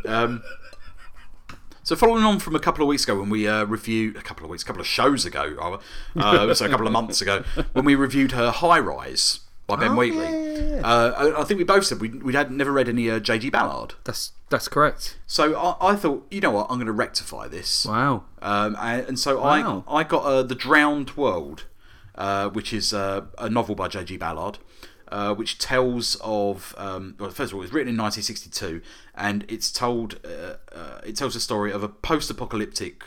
S1: Um, so following on from a couple of weeks ago when we uh, reviewed a couple of weeks, a couple of shows ago, rather, uh, so a couple of months ago when we reviewed her High Rise by Ben Wheatley. Uh, I, I think we both said we we had never read any uh, J.G. Ballard,
S2: That's, that's correct.
S1: so I, I thought you know what I'm going to rectify this.
S2: Wow.
S1: Um, and, and so
S2: Wow.
S1: I I got uh, the Drowned World, uh, which is uh, a novel by J.G. Ballard, uh, which tells of um, well, first of all, it was written in 1962, and it's told uh, uh, it tells the story of a post-apocalyptic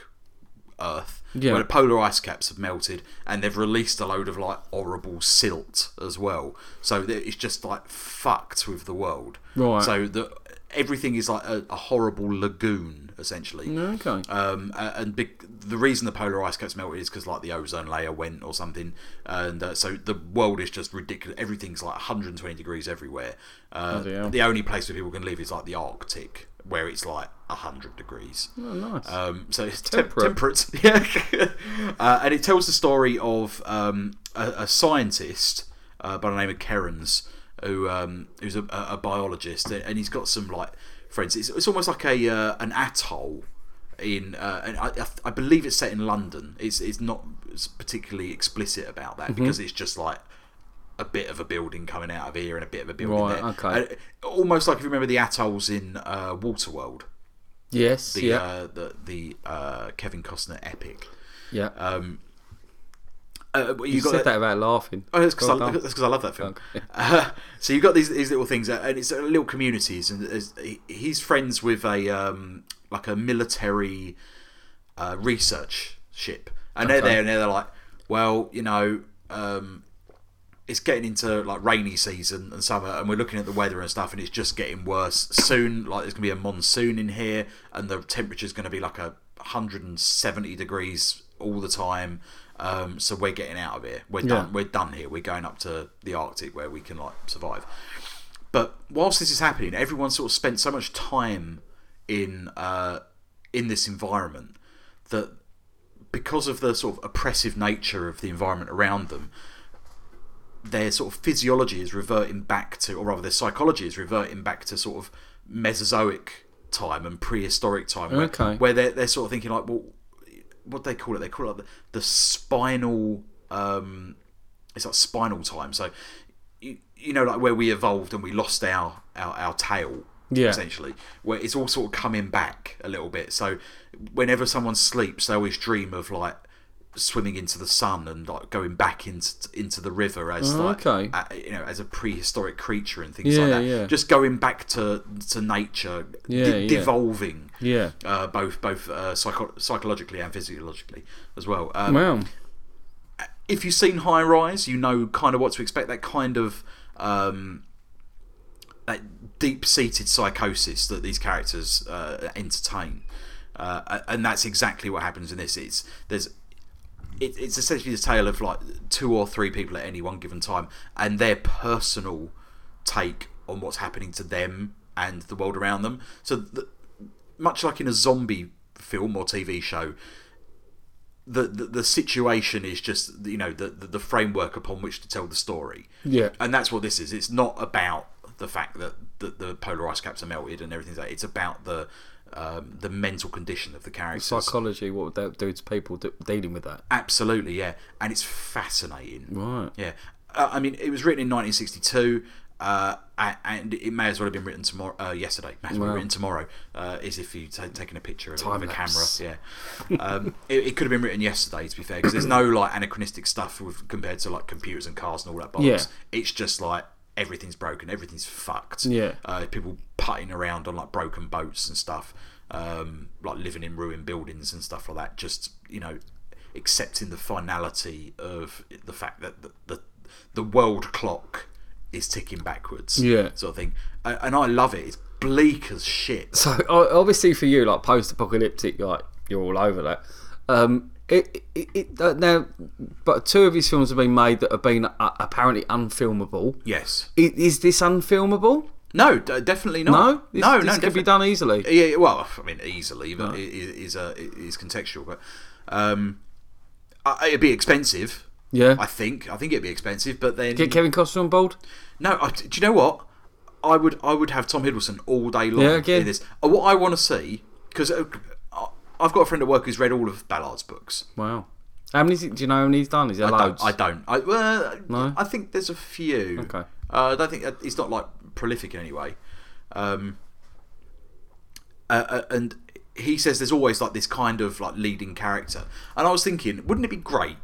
S1: Earth
S2: Yeah.
S1: where the polar ice caps have melted, and they've released a load of like horrible silt as well. So that it's just like fucked with the world.
S2: Right.
S1: So the everything is like a, a horrible lagoon essentially.
S2: Okay.
S1: Um, a- and big, the reason the polar ice caps melted is because like the ozone layer went or something, and uh, so the world is just ridiculous. Everything's like 120 degrees everywhere. Uh,
S2: Bloody hell.
S1: the only place where people can live is like the Arctic, where it's like 100 degrees.
S2: Oh, nice.
S1: Um, so it's tem-
S2: Temperate.
S1: temperate. Yeah. uh, and it tells the story of um, a, a scientist uh, by the name of Kerens, who um, who's a, a a biologist, and he's got some like friends. It's, it's almost like a uh, an atoll in, uh, and I, I th- I believe it's set in London. It's it's not s- particularly explicit about that
S2: Mm-hmm.
S1: because it's just like. A bit of a building coming out of here and a bit of a building
S2: Right,
S1: there.
S2: okay.
S1: Uh, almost like if you remember the atolls in uh, Waterworld
S2: yes.
S1: the
S2: yeah.
S1: uh, the, the uh, Kevin Costner epic.
S2: yeah.
S1: Um, uh, well,
S2: you
S1: you got
S2: said that about laughing.
S1: Oh, that's because
S2: Well
S1: I,
S2: done.
S1: that's 'cause I love that film.
S2: Okay.
S1: Uh, so you've got these these little things, uh, and it's uh, little communities, and there's- he- he's friends with a um, like a military uh, research ship, and they're
S2: Okay.
S1: there, and they're like, well, you know. Um, it's getting into like rainy season and summer, and we're looking at the weather and stuff, and it's just getting worse. Soon, like there's gonna be a monsoon in here, and the temperature's gonna be like a 170 degrees all the time. Um, so we're getting out of here. We're done. We're done here. We're going up to the Arctic where we can like survive. But whilst this is happening, everyone sort of spent so much time in uh, in this environment that because of the sort of oppressive nature of the environment around them, their sort of physiology is reverting back to, or rather, their psychology is reverting back to sort of Mesozoic time and prehistoric time, where,
S2: Okay.
S1: where they're, they're sort of thinking like, well, what do they call it? They call it the, the spinal. Um, it's like spinal time. So, you, you know, like where we evolved and we lost our our, our tail.
S2: Yeah.
S1: Essentially, where it's all sort of coming back a little bit. So, whenever someone sleeps, they always dream of like swimming into the sun and like going back into into the river as like
S2: Oh, okay.
S1: a- you know as a prehistoric creature and things like
S2: Yeah,
S1: that.
S2: yeah.
S1: Just going back to to nature,
S2: Yeah,
S1: de-
S2: yeah.
S1: devolving
S2: Yeah.
S1: uh, both both uh, psycho- psychologically and physiologically as well. Um,
S2: Wow.
S1: If you've seen High Rise, you know kind of what to expect. That kind of um, that deep-seated psychosis that these characters uh, entertain, uh, and that's exactly what happens in this. It's there's it, it's essentially the tale of like two or three people at any one given time and their personal take on what's happening to them and the world around them. So, the, much like in a zombie film or TV show, the, the the situation is just you know the, the the framework upon which to tell the story.
S2: Yeah.
S1: and that's what this is. It's not about the fact that the, the polar ice caps are melted and everything's like. It's about the um, the mental condition of the characters.
S2: Psychology, what would that do to people de- dealing with that?
S1: Absolutely, yeah, and it's fascinating.
S2: Right.
S1: Yeah, uh, I mean, it was written in 1962, uh, a- and it may as well have been written tomorrow. Uh, yesterday, may as well be written tomorrow. Uh, is if you t- taking a picture of it with a camera.
S2: lapse.
S1: Yeah, um, it, it could have been written yesterday. To be fair, because there's no like anachronistic stuff with, compared to like computers and cars and all that. Bollocks.
S2: Yeah.
S1: It's just like everything's broken, everything's fucked.
S2: Yeah.
S1: Uh, people putting around on like broken boats and stuff, um, like living in ruined buildings and stuff like that. Just you know, accepting the finality of the fact that the the, the world clock is ticking backwards.
S2: Yeah.
S1: sort of thing. And, and I love it. It's bleak as shit.
S2: So o- obviously for you, like post-apocalyptic, like you're all over that. Um, it, it, it uh, now, but two of his films have been made that have been uh, apparently unfilmable.
S1: Yes.
S2: I- Is this unfilmable?
S1: No, d- definitely not.
S2: No, this,
S1: no,
S2: this
S1: no.
S2: could
S1: defi-
S2: be done easily.
S1: Yeah, well, I mean, easily, but it it is uh, it is contextual. But um, I, it'd be expensive.
S2: yeah,
S1: I think. I think it'd be expensive. But then,
S2: get Kevin Costner on board.
S1: no. I, do you know what? I would. I would have Tom Hiddleston all day long
S2: Yeah, again.
S1: in this. Uh, What I want to see because I've got a friend at work who's read all of Ballard's books.
S2: Wow, how many? Do you know how many he's done? Is there
S1: I
S2: loads?
S1: don't. I don't. I, well,
S2: No?
S1: I think there's a few.
S2: Okay.
S1: Uh, I don't think it's not like prolific in any way. Um, uh, uh, and he says there's always like this kind of like leading character, and I was thinking, wouldn't it be great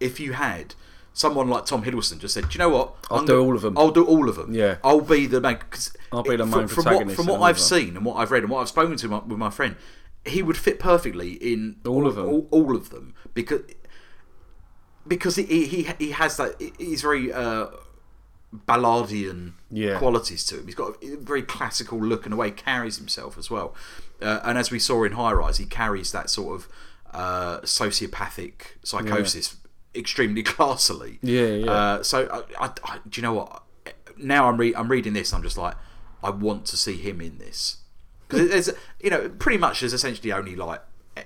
S1: if you had someone like Tom Hiddleston just said, do you know what?
S2: I'll
S1: I'm
S2: do
S1: gonna-
S2: all of 'em."
S1: I'll do all of them.
S2: Yeah.
S1: I'll be the main. Cause
S2: I'll be the
S1: it-
S2: main
S1: from,
S2: protagonist
S1: From
S2: in
S1: what, from
S2: all
S1: what I've
S2: of 'em.
S1: seen and what I've read and what I've spoken to my, with my friend, he would fit perfectly in
S2: All of 'em.
S1: All, all of them because because he he, he has that he's very uh, balladian
S2: Yeah.
S1: qualities to him. He's got a very classical look and the way he carries himself as well. Uh, and as we saw in High Rise, he carries that sort of uh, sociopathic psychosis extremely classily.
S2: Yeah, yeah.
S1: Uh, so I, I, I, do you know what? Now I'm re- I'm reading this. I'm just like, I want to see him in this because there's you know pretty much there's essentially only like eh,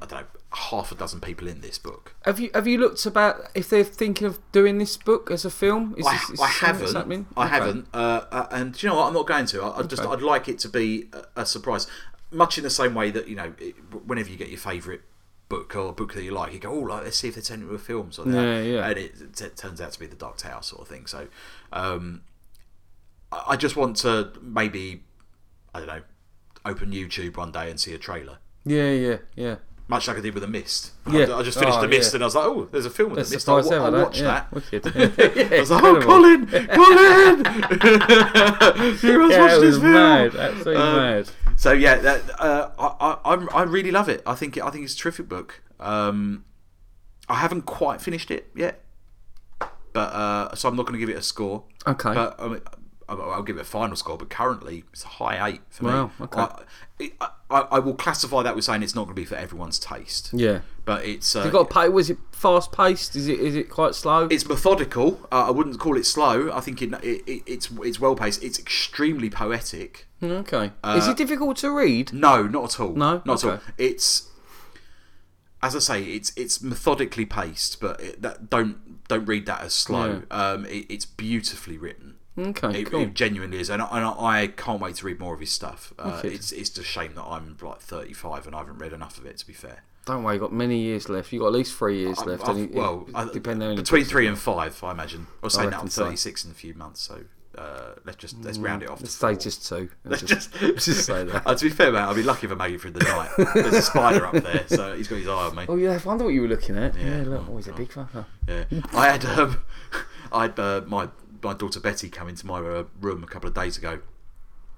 S1: I don't know half a dozen people in this book.
S2: Have you have you looked about if they're thinking of doing this book as a film? Is
S1: I,
S2: this- is
S1: I
S2: this something that's
S1: haven't.
S2: happening?
S1: I
S2: Okay.
S1: haven't. Uh, uh, and do you know what? I'm not going to. I, I just
S2: Okay.
S1: I'd like it to be a, a surprise, much in the same way that you know, it, whenever you get your favourite book or a book that you like, you go, oh, like, let's see if they turn it into a film, sort of
S2: Yeah,
S1: that.
S2: yeah.
S1: And it, t- turns out to be the Dark Tower sort of thing. So, um, I, I just want to maybe, I don't know, open YouTube one day and see a trailer.
S2: Yeah, yeah, yeah.
S1: Much like I did with the Mist.
S2: Yeah.
S1: I, I just finished
S2: Oh,
S1: the Mist
S2: yeah.
S1: and I was like, oh, there's a film with
S2: That's
S1: the Mist.
S2: surprise
S1: I'll, wa-
S2: ever,
S1: I'll
S2: that.
S1: watch
S2: Yeah,
S1: that.
S2: wicked. Yeah,
S1: I was like, oh,
S2: incredible.
S1: Colin, Colin, you must
S2: Yeah,
S1: watch this
S2: it was
S1: film.
S2: mad. Absolutely
S1: Um,
S2: mad.
S1: So yeah, that, uh, I, I I'm- I really love it. I think it, I think it's a terrific book. Um, I haven't quite finished it yet, but uh, so I'm not going to give it a score.
S2: Okay.
S1: But I mean, I- I'll give it a final score. But currently, it's a high eight for
S2: Wow,
S1: me.
S2: okay.
S1: I, it- I, I will classify that with saying it's not going to be for everyone's taste.
S2: yeah.
S1: But it's uh,
S2: You got to pay. Was it fast paced? Is it is it quite slow?
S1: it's methodical. Uh, I wouldn't call it slow. I think it, it, it, it's it's well paced. It's extremely poetic.
S2: Mm, okay.
S1: uh,
S2: is it difficult to read?
S1: No, not at all.
S2: Hmm. No?
S1: not at all.
S2: Okay.
S1: It's as I say, it's it's methodically paced, but it, that don't don't read that as slow. Um, it, it's beautifully written.
S2: Okay.
S1: It,
S2: Hmm, cool.
S1: it genuinely is, and, I, and I can't wait to read more of his stuff. Uh,
S2: Wicked.
S1: it's it's just a shame that I'm like 35 and I haven't read enough of it. To be fair,
S2: Don't worry. You have got many years left. You have got at least three years left.
S1: I've-
S2: and you-
S1: well, I-
S2: depending on
S1: between three and five, I imagine. I'll say now I'm
S2: reckon so.
S1: 36 in a few months, so uh, let's just let's round it off. to
S2: Let's say just two. Let's
S1: just,
S2: just say that.
S1: Uh, to be fair, mate, I'll be lucky if I make it through the night. There's a spider up there, so he's got his eye on me.
S2: Oh yeah, I wonder what you were looking at. Yeah,
S1: Yeah,
S2: look, oh, he's a big fucker.
S1: Yeah. I had um, I had uh, my my daughter Betty come into my uh, room a couple of days ago.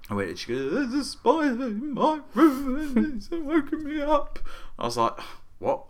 S1: I went, and she goes, "There's a spider in my room, and it's woken me up." I was like, "What?"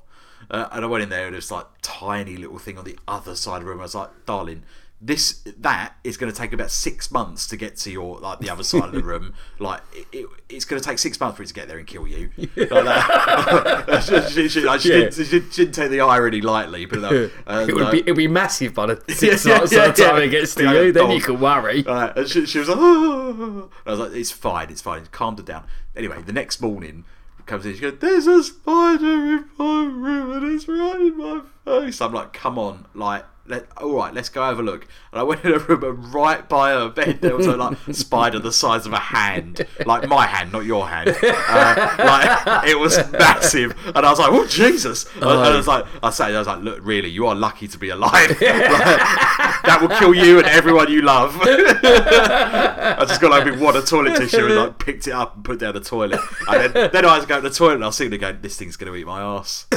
S1: Uh, and I went in there, and it's like tiny little thing on the other side of the room. I was like, "Darling." This that is going to take about six months to get to your like the other side of the room. Like it, it, it's going to take six months for it to get there and kill you. Like that. she, she, she- like, she
S2: Yeah.
S1: didn't, she didn't- she didn't take the irony lightly, but no, uh,
S2: it would
S1: no.
S2: be it'd be massive by the six
S1: Yeah, yeah,
S2: months by the
S1: yeah,
S2: time
S1: yeah.
S2: it gets to
S1: Be like
S2: you.
S1: a
S2: Then you
S1: dog.
S2: can worry.
S1: Uh, and she, she was like, "Oh." I was like, it's fine, it's fine, calmed her down. Anyway, the next morning comes in, she goes, there's a spider in my room and it's right in my face. I'm like, come on, like, let, all right, let's go have a look. And I went in her room and right by her bed there was a like spider the size of a hand, like my hand, not your hand. Uh, like it was massive, and I was like, oh Jesus! And I was like, I said, I was like, look, really, you are lucky to be alive. Like, that will kill you and everyone you love. I just got like me wad of toilet tissue and like picked it up and put it down the toilet. And then, then I was going to the toilet and I was sitting there going, this thing's going to eat my ass.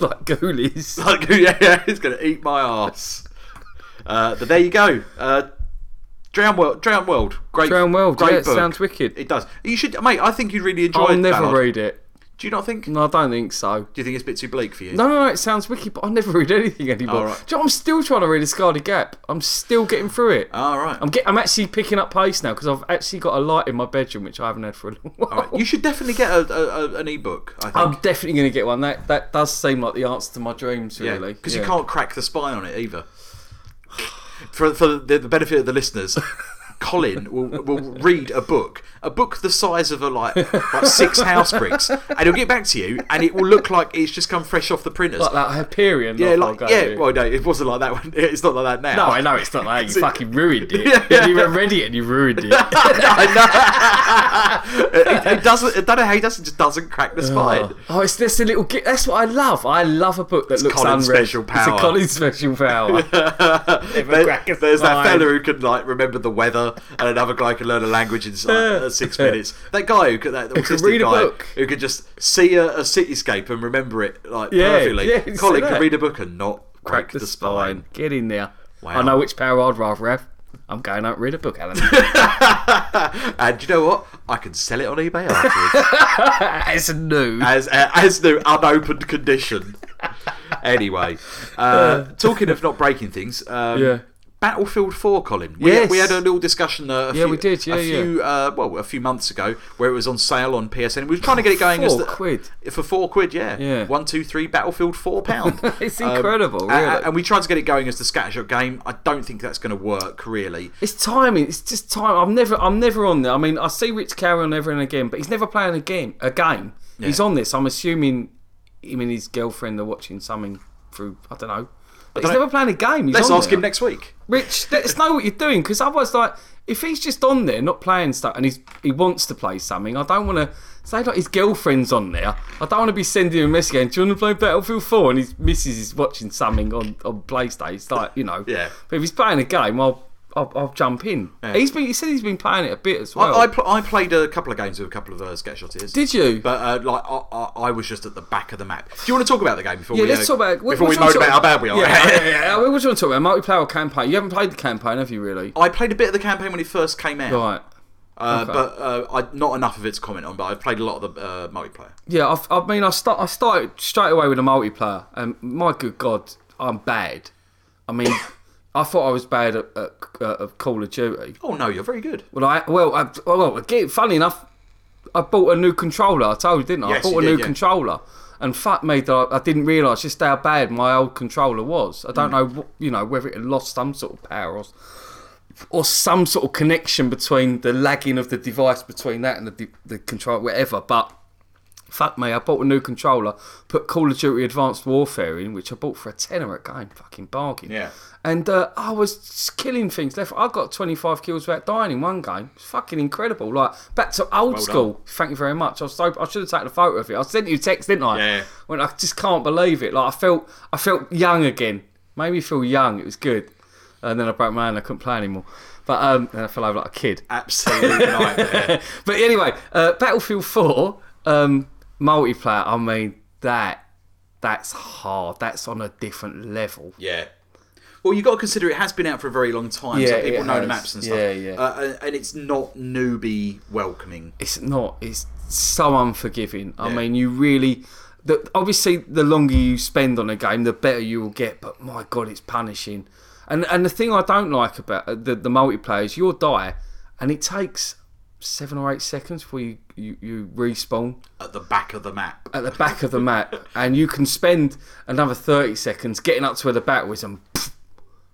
S2: like ghoulies.
S1: like, yeah, yeah, it's going to eat my ass. Uh, but there you go. Uh, Drown World, Drown World, great,
S2: Drown World,
S1: great
S2: yeah, it
S1: book.
S2: sounds wicked.
S1: It does. You should, mate. I think you'd really enjoy
S2: I'll
S1: it.
S2: never
S1: Ballard.
S2: read it.
S1: Do you not think?
S2: No, I don't think so.
S1: Do you think it's a bit too bleak for you?
S2: No, no, no, it sounds wicked, but I never read anything anymore.
S1: All right.
S2: Do you know, I'm still trying to read a Scarlet Gap. I'm still getting through it.
S1: All right.
S2: I'm get, I'm actually picking up pace now because I've actually got a light in my bedroom which I haven't had for a long while.
S1: All right. You should definitely get a, a, a, an ebook. I think.
S2: I'm definitely going to get one. That that does seem like the answer to my dreams,
S1: Yeah,
S2: really.
S1: because
S2: Yeah.
S1: you can't crack the spine on it either. For, for the, the benefit of the listeners, Colin will, will read a book, a book the size of a like, like six house bricks, and he'll get back to you, and it will look like it's just come fresh off the printers.
S2: Like that Hyperion.
S1: yeah,
S2: lot
S1: like
S2: I'll go
S1: yeah.
S2: to.
S1: Well, no, it wasn't like that. One. It's not like that now.
S2: no, I know it's not like that.
S1: So-
S2: You fucking ruined
S1: Yeah,
S2: it. You
S1: yeah.
S2: haven't even read it and you ruined it.
S1: it, it doesn't. I don't know how he doesn't just doesn't crack the spine.
S2: Oh, it's this little. gi- That's what I love. I love a book that looks
S1: Colin's
S2: unread.
S1: special power.
S2: It's a Colin special power.
S1: There-
S2: crack a
S1: there's that
S2: spine.
S1: fella who can like remember the weather, and another guy can learn a language in like, uh, six minutes. That guy who could, that
S2: can
S1: autistic
S2: read a
S1: guy
S2: book.
S1: who could just see a, a cityscape and remember it like
S2: Yeah,
S1: perfectly.
S2: yeah, you
S1: Colin
S2: see
S1: can
S2: that.
S1: read a book and not crack, the, spine.
S2: Get in there.
S1: Wow.
S2: I know which power I'd rather have. I'm going out and read a book, Alan.
S1: And you know what? I can sell it on eBay afterwards
S2: it's new.
S1: as as the unopened condition. Anyway, uh, talking of not breaking things, um,
S2: Yeah.
S1: Battlefield 4, Colin. We,
S2: Yes.
S1: we had a little discussion. Uh, a
S2: Yeah,
S1: few,
S2: we did. Yeah,
S1: a
S2: yeah.
S1: few, uh, well, a few months ago, where it was on sale on PSN. We were trying to get it going as
S2: Four
S1: the,
S2: quid.
S1: for four quid. Yeah,
S2: Yeah.
S1: One, two, three. Battlefield four pound.
S2: It's
S1: Um,
S2: incredible,
S1: a- a-
S2: really.
S1: And, we tried to get it going as the scattershot game. I don't think that's going to work, really.
S2: It's timing. It's just time. I'm never. I'm never on there. I mean, I see Rich Carey on every and again, but he's never playing a game. A game. He's on this. I'm assuming him and his girlfriend are watching something through. I don't know. But he's
S1: dunno.
S2: never playing a game. He's
S1: Let's
S2: on
S1: ask
S2: there.
S1: him next week.
S2: Rich, let us know what you're doing because otherwise, like, if he's just on there not playing stuff and he's he wants to play something, I don't want to say like his girlfriend's on there. I don't want to be sending him a message going, "Do you want to play Battlefield 4? And his missus is watching something on on PlayStation. It's like you know,
S1: Yeah.
S2: But if he's playing a game, I'll I'll, I'll jump in. He's been he said he's been playing it a bit as well.
S1: I, I, pl- I played a couple of games with a couple of uh, scattershotters.
S2: Oh. Did you?
S1: But uh, like, I, I, I was just at the back of the map. Do you want to talk about the game before?
S2: yeah,
S1: we,
S2: let's
S1: uh,
S2: talk about what-
S1: before we
S2: what do you
S1: moan
S2: want to
S1: about how
S2: talk-
S1: bad we are.
S2: Yeah, yeah, yeah, yeah. What do you want to talk about? Multiplayer campaign. You haven't played the campaign, have you? Really?
S1: I played a bit of the campaign when it first came out.
S2: Right.
S1: Uh, but uh, I, not enough of it to comment on. But I've played a lot of the uh, multiplayer.
S2: Yeah, I've, I mean, I start I started straight away with a multiplayer, and my good god, I'm bad. I mean, I thought I was bad at, at, at Call of Duty.
S1: Oh no, you're very good.
S2: Well, I well, I, well, again, funny enough, I bought a new controller. I told you, didn't I?
S1: Yes,
S2: I
S1: you
S2: bought a
S1: did,
S2: new
S1: yeah.
S2: controller, and fuck me, that I, I didn't realise just how bad my old controller was. I
S1: Hmm.
S2: don't know, what, you know, whether it had lost some sort of power or, or some sort of connection between the lagging of the device between that and the de- the controller, whatever. But fuck me, I bought a new controller, put Call of Duty Advanced Warfare in, which I bought for a tenner at game, fucking bargain.
S1: Yeah.
S2: And uh, I was just killing things left. I got 25 kills without dying in one game. It's fucking incredible. Like back to old school. Thank you very much. I was so I should have taken a photo of it. I sent you a text, didn't I?
S1: Yeah.
S2: When I just can't believe it. Like I felt I felt young again. Made me feel young. It was good. And then I broke my hand. I couldn't play anymore. But um, then I fell over like a kid.
S1: Absolute nightmare.
S2: But anyway, uh, Battlefield 4 um, multiplayer. I mean that that's hard. That's on a different level.
S1: Yeah. Well, you got to consider it has been out for a very long time,
S2: Yeah,
S1: so
S2: it
S1: people know the
S2: has.
S1: maps and stuff.
S2: Yeah, yeah.
S1: Uh, and it's not newbie welcoming.
S2: it's not. It's so unforgiving. I
S1: Yeah.
S2: mean, you really. The, obviously, the longer you spend on a game, the better you will get. But my god, it's punishing. And and the thing I don't like about uh, the the multiplayer is you'll die, and it takes seven or eight seconds before you you, you respawn
S1: At the back of the map,
S2: at the back of the map, and you can spend another thirty seconds getting up to where the battle is, and pfft,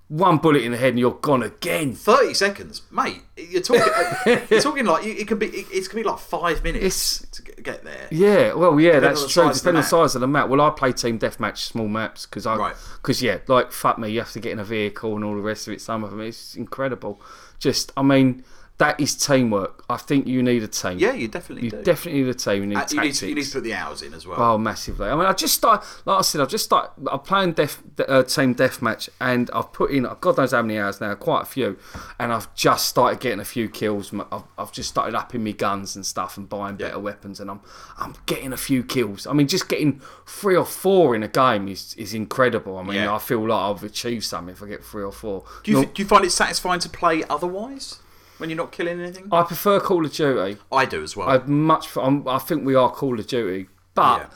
S2: one bullet in the head, and you're gone again.
S1: thirty seconds, mate. You're talking. uh, you're talking like you- it could be. It, it's gonna be like five minutes to g- get there.
S2: Yeah, well,
S1: on
S2: yeah,
S1: the
S2: that's true.
S1: size of the
S2: Depending on the
S1: map.
S2: size of the map. Well, I play team deathmatch, small maps, because I,
S1: Right.
S2: because yeah, like fuck me, you have to get in a vehicle and all the rest of it. Some of them, it's incredible. Just, I mean, that is teamwork. I think you need a team.
S1: Yeah, you definitely
S2: you
S1: do.
S2: definitely need a team. You need
S1: Uh, you, need
S2: tactics.
S1: to, you need to put the hours in as well.
S2: Oh, massively. I mean, I just start. Like I said, I've just start. I'm playing Def, uh, Team Deathmatch, and I've put in God knows how many hours now, quite a few, and I've just started getting a few kills. M- I've, I've just started upping my guns and stuff, and buying better weapons, and I'm I'm getting a few kills. I mean, just getting three or four in a game is is incredible. I mean,
S1: Yeah.
S2: I feel like I've achieved something if I get three or four.
S1: do, you,
S2: No,
S1: f- do you find it satisfying to play otherwise when you're not killing anything?
S2: I prefer Call of Duty.
S1: I do as well.
S2: I'd much. I'm, I think we are Call of Duty, but
S1: Yeah.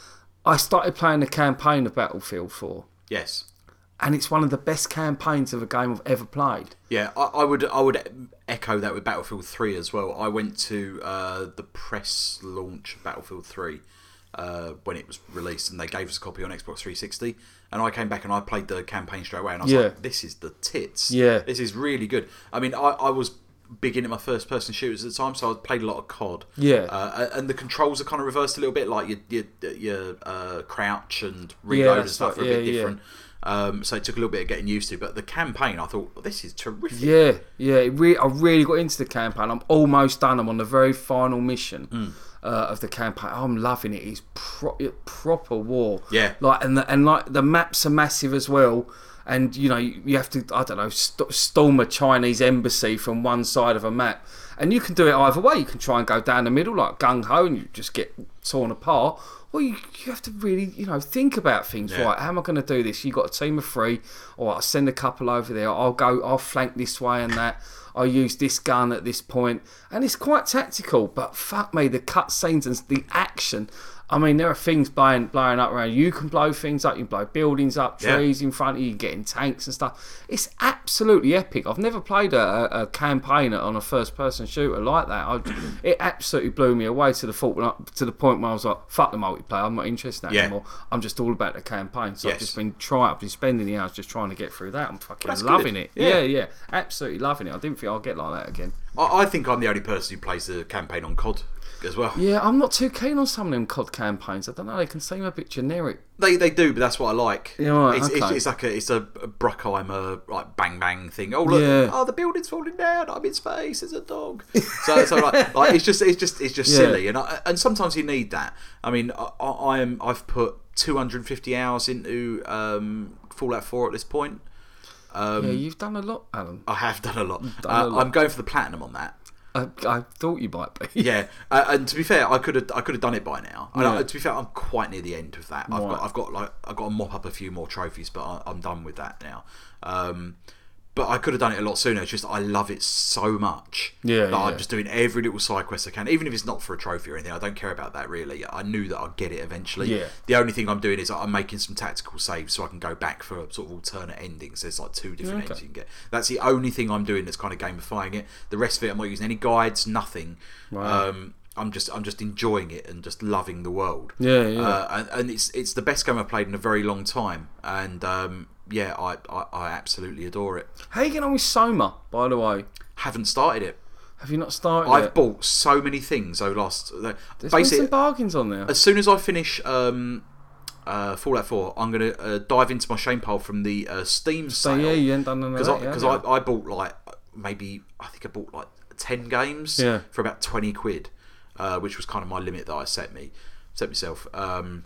S2: I started playing the campaign of Battlefield 4.
S1: yes.
S2: and it's one of the best campaigns of a game I've ever played.
S1: Yeah, I, I would I would echo that with Battlefield Three as well. I went to uh, the press launch of Battlefield Three uh, when it was released, and they gave us a copy on Xbox 360. And I came back and I played the campaign straight away, and I was
S2: Yeah.
S1: like, "This is the tits.
S2: Yeah.
S1: this is really good." I mean, I, I was big into my first person shooters at the time, so I played a lot of COD.
S2: Yeah.
S1: Uh, and the controls are kind of reversed a little bit, like your your, your uh, crouch and reload and
S2: that's
S1: stuff are
S2: right.
S1: a bit
S2: Yeah, yeah.
S1: different. Um, so it took a little bit of getting used to, but the campaign, I thought "Well, this is terrific.
S2: Yeah, yeah. It re- I really got into the campaign. I'm almost done. I'm on the very final mission uh, of the campaign. I'm loving it. It's pro- it- proper war.
S1: Yeah.
S2: Like and the, and like the maps are massive as well. And you know you you have to I don't know st- storm a Chinese embassy from one side of a map, and you can do it either way. You can try and go down the middle like gung ho, and you just get torn apart. Or you, you have to really you know think about things
S1: Yeah.
S2: right. How am I going to do this? You got a team of three. All right, I'll send a couple over there. I'll go. I'll flank this way and that. I'll use this gun at this point, and it's quite tactical. But fuck me, the cut scenes and the action. I mean, there are things blowing blowing up around. You can blow things up. You can blow buildings up,
S1: Yeah.
S2: trees in front of you. You can get in tanks and stuff. It's absolutely epic. I've never played a, a- a campaign on a first person shooter like that. I, it absolutely blew me away to the fault when I- to the point where I was like, fuck the multiplayer. I'm not interested in that
S1: Yeah.
S2: anymore. I'm just all about the campaign. So I've
S1: Yes.
S2: just been trying, I've been spending the hours just trying to get through that. I'm fucking
S1: That's
S2: loving
S1: good.
S2: it.
S1: Yeah.
S2: Yeah. yeah, absolutely loving it. I didn't think I'd get like that again.
S1: I, I think I'm the only person who plays the campaign on COD as well.
S2: Yeah, I'm not too keen on some of them COD campaigns. I don't know. They can seem a bit generic.
S1: They they do, but that's what I like.
S2: Yeah, all right,
S1: it's, it's,
S2: okay.
S1: it's like a it's a, a Bruckheimer like bang bang thing. Oh look,
S2: Yeah.
S1: oh the building's falling down. I'm in space. It's a dog. So, so like, like it's just it's just it's just
S2: Yeah.
S1: silly, and I, and sometimes you need that. I mean, I, I I am I've put 250 hours into um, Fallout 4 at this point. Um,
S2: yeah, you've done a lot, Alan.
S1: I have done a lot.
S2: done a
S1: uh,
S2: lot.
S1: I'm going for the platinum on that.
S2: I, I thought you might be.
S1: Yeah, uh, and to be fair, I could have I could have done it by now. And
S2: Yeah.
S1: I, to be fair, I'm quite near the end of that. I've
S2: Right.
S1: got I've got like I've got to mop up a few more trophies, but I, I'm done with that now. Um, but I could have done it a lot sooner. It's just I love it so much
S2: Yeah,
S1: that
S2: yeah.
S1: I'm just doing every little side quest I can, even if it's not for a trophy or anything. I don't care about that really. I knew that I'd get it eventually.
S2: Yeah.
S1: The only thing I'm doing is I'm making some tactical saves so I can go back for sort of alternate endings. There's like two different ends you can get. That's the only thing I'm doing that's kind of gamifying it. The rest of it, I'm not using any guides, nothing. Um, I'm just I'm just enjoying it and just loving the world.
S2: Yeah, yeah.
S1: Uh, and, and it's it's the best game I've played in a very long time. And um, yeah, I, I I absolutely adore it.
S2: How you getting on with Soma, by the way?
S1: Haven't started it.
S2: Have you not started?
S1: I've
S2: yet?
S1: bought so many things over the last.
S2: There's been
S1: basically,
S2: some bargains on there.
S1: as soon as I finish um, uh, Fallout 4, I'm going to uh, dive into my shame pile from the uh, Steam
S2: So
S1: sale.
S2: yeah, you ain't done none of
S1: Because
S2: that.
S1: I,
S2: yeah,
S1: 'cause
S2: yeah.
S1: I, I bought like maybe, I think I bought like 10 games
S2: Yeah.
S1: for about 20 quid, uh, which was kind of my limit that I set me, set myself. Um,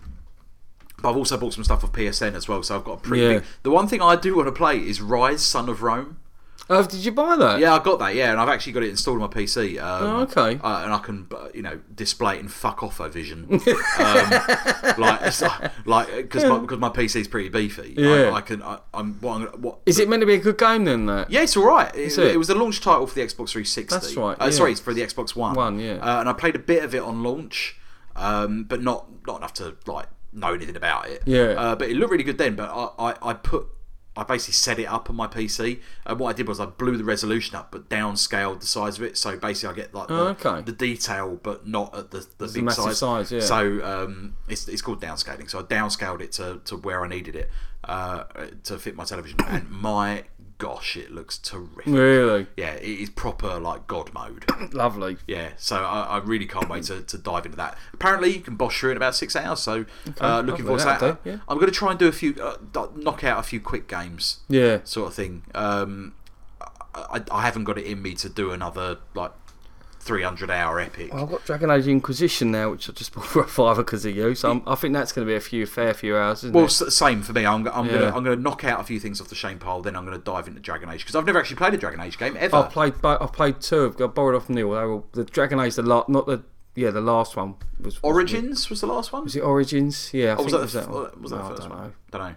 S1: but I've also bought some stuff off PSN as well, so I've got a pretty
S2: Yeah.
S1: big. The one thing I do want to play is Rise, Son of Rome.
S2: Oh, did you buy that?
S1: Yeah, I got that. Yeah, and I've actually got it installed on my PC. Um,
S2: Oh, okay.
S1: uh, and I can, uh, you know, display it in fuck off o vision. um, like, it's like- like because my, because my PC's pretty beefy.
S2: Yeah.
S1: I, I can. I, I'm what, I'm, what
S2: Is it meant to be a good game then? That
S1: yeah, it's all right. It,
S2: it?
S1: it was the launch title for the Xbox 360.
S2: That's right,
S1: Uh,
S2: yeah.
S1: Sorry, it's for the Xbox One.
S2: One, yeah.
S1: Uh, and I played a bit of it on launch, um, but not not enough to like know anything about it.
S2: Yeah.
S1: Uh, but it looked really good then. But I, I, I put I basically set it up on my PC, and what I did was I blew the resolution up, but downscaled the size of it. So basically, I get like the,
S2: Oh, okay.
S1: the detail, but not at the the big
S2: massive
S1: size.
S2: size, yeah.
S1: So um, it's it's called downscaling. So I downscaled it to, to where I needed it uh, to fit my television, and my gosh, it looks terrific.
S2: really
S1: Yeah, it is proper like God mode.
S2: lovely.
S1: Yeah, so I, I really can't wait to, to dive into that. Apparently, you can boss through it in about six hours, so uh, looking forward to
S2: that'll
S1: that.
S2: do, yeah.
S1: I'm going to try and do a few, uh, d- knock out a few quick games,
S2: Yeah.
S1: sort of thing. Um, I, I haven't got it in me to do another like 300 hour epic.
S2: I've got Dragon Age Inquisition now, which I just bought for a fiver because of you. So I'm, I think that's going to be a few fair few hours, isn't
S1: Well,
S2: it?
S1: s- same for me. I'm, I'm
S2: Yeah.
S1: gonna I'm gonna knock out a few things off the shame pile. Then I'm gonna dive into Dragon Age because I've never actually played a Dragon Age game ever.
S2: I've played bo- I've played two. I've got borrowed off Neil. They were, the Dragon Age, the la- not the yeah the last one was
S1: Origins was the last one.
S2: Was it Origins? Yeah, I
S1: Or was
S2: think
S1: that,
S2: it was
S1: the,
S2: that
S1: f- uh,
S2: one.
S1: was that
S2: No,
S1: the first
S2: I don't
S1: one?
S2: know.
S1: Don't know.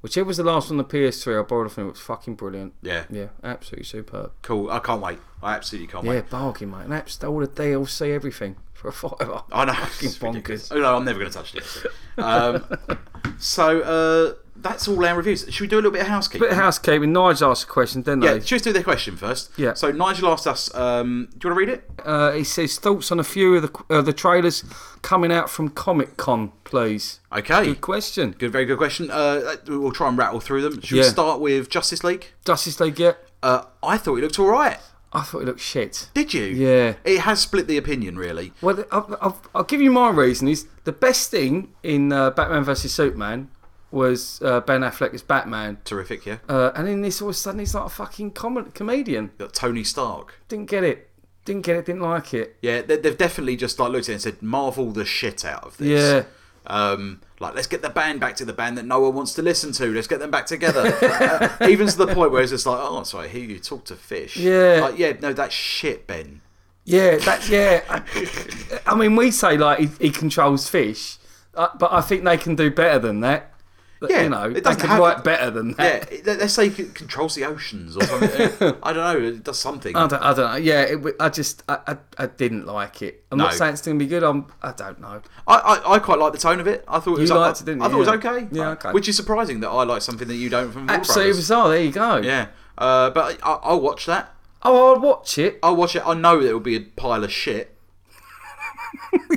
S2: Whichever was the last one on the PS3, I borrowed off Neil. It was fucking brilliant.
S1: Yeah.
S2: Yeah, absolutely superb.
S1: cool. I can't wait. I absolutely can't
S2: Yeah,
S1: wait.
S2: bargain, mate. And that's all the DLC, everything for a fiver.
S1: I know.
S2: Fucking
S1: It's ridiculous.
S2: bonkers.
S1: Oh, no, I'm never gonna touch this. um, so uh, that's all our reviews. Should we do a little bit of housekeeping?
S2: Bit of housekeeping. Nigel asked a question, didn't
S1: yeah,
S2: they?
S1: just do their question first.
S2: Yeah.
S1: So Nigel asked us, um, "Do you want to read it?"
S2: Uh, he says thoughts on a few of the uh, the trailers coming out from Comic Con, please.
S1: Okay.
S2: Good question.
S1: Good, very good question. Uh, we'll try and rattle through them. Should we
S2: Yeah.
S1: start with Justice League?
S2: Justice League, yeah.
S1: Uh, I thought it looked all right.
S2: I thought it looked shit.
S1: Did you?
S2: Yeah.
S1: It has split the opinion, really.
S2: Well, the- I'll, I'll, I'll give you my reason. Is the best thing in uh, Batman vs Superman was uh, Ben Affleck as Batman,
S1: Terrific, yeah.
S2: uh, and in this all of a sudden he's like a fucking com- comedian.
S1: Got Tony Stark.
S2: Didn't get it. Didn't get it. Didn't like it.
S1: Yeah, they, they've definitely just like looked at it and said, "Marvel the shit out of this."
S2: Yeah.
S1: Um, like, let's get the band back to the band that no one wants to listen to. Let's get them back together. Uh, even to the point where it's just like, oh, sorry, here you talk to fish.
S2: Yeah.
S1: Like, yeah, no, that's shit, Ben.
S2: Yeah, that yeah. I- I mean, we say like he, he controls fish, uh, but I think they can do better than that. That,
S1: Yeah,
S2: you know,
S1: it
S2: they
S1: doesn't
S2: can
S1: have-
S2: write better than that.
S1: Yeah, let- let's say he controls the oceans or something. I don't know, it does something.
S2: I don't, I don't know. Yeah, it, w- I just I, I, I didn't like it. I'm not
S1: No.
S2: saying it's gonna be good. I'm I don't know.
S1: I, I, I quite like the tone of it. I thought it was
S2: liked
S1: I,
S2: it, didn't
S1: I
S2: you?
S1: thought it was
S2: Yeah.
S1: okay.
S2: Yeah,
S1: Like,
S2: okay.
S1: Which is surprising that I like something that you don't from Warner
S2: Absolutely
S1: Brothers.
S2: bizarre. oh, There you go.
S1: Yeah, uh, but I, I'll watch that.
S2: Oh, I'll watch it.
S1: I'll watch it. I know that it'll be a pile of shit,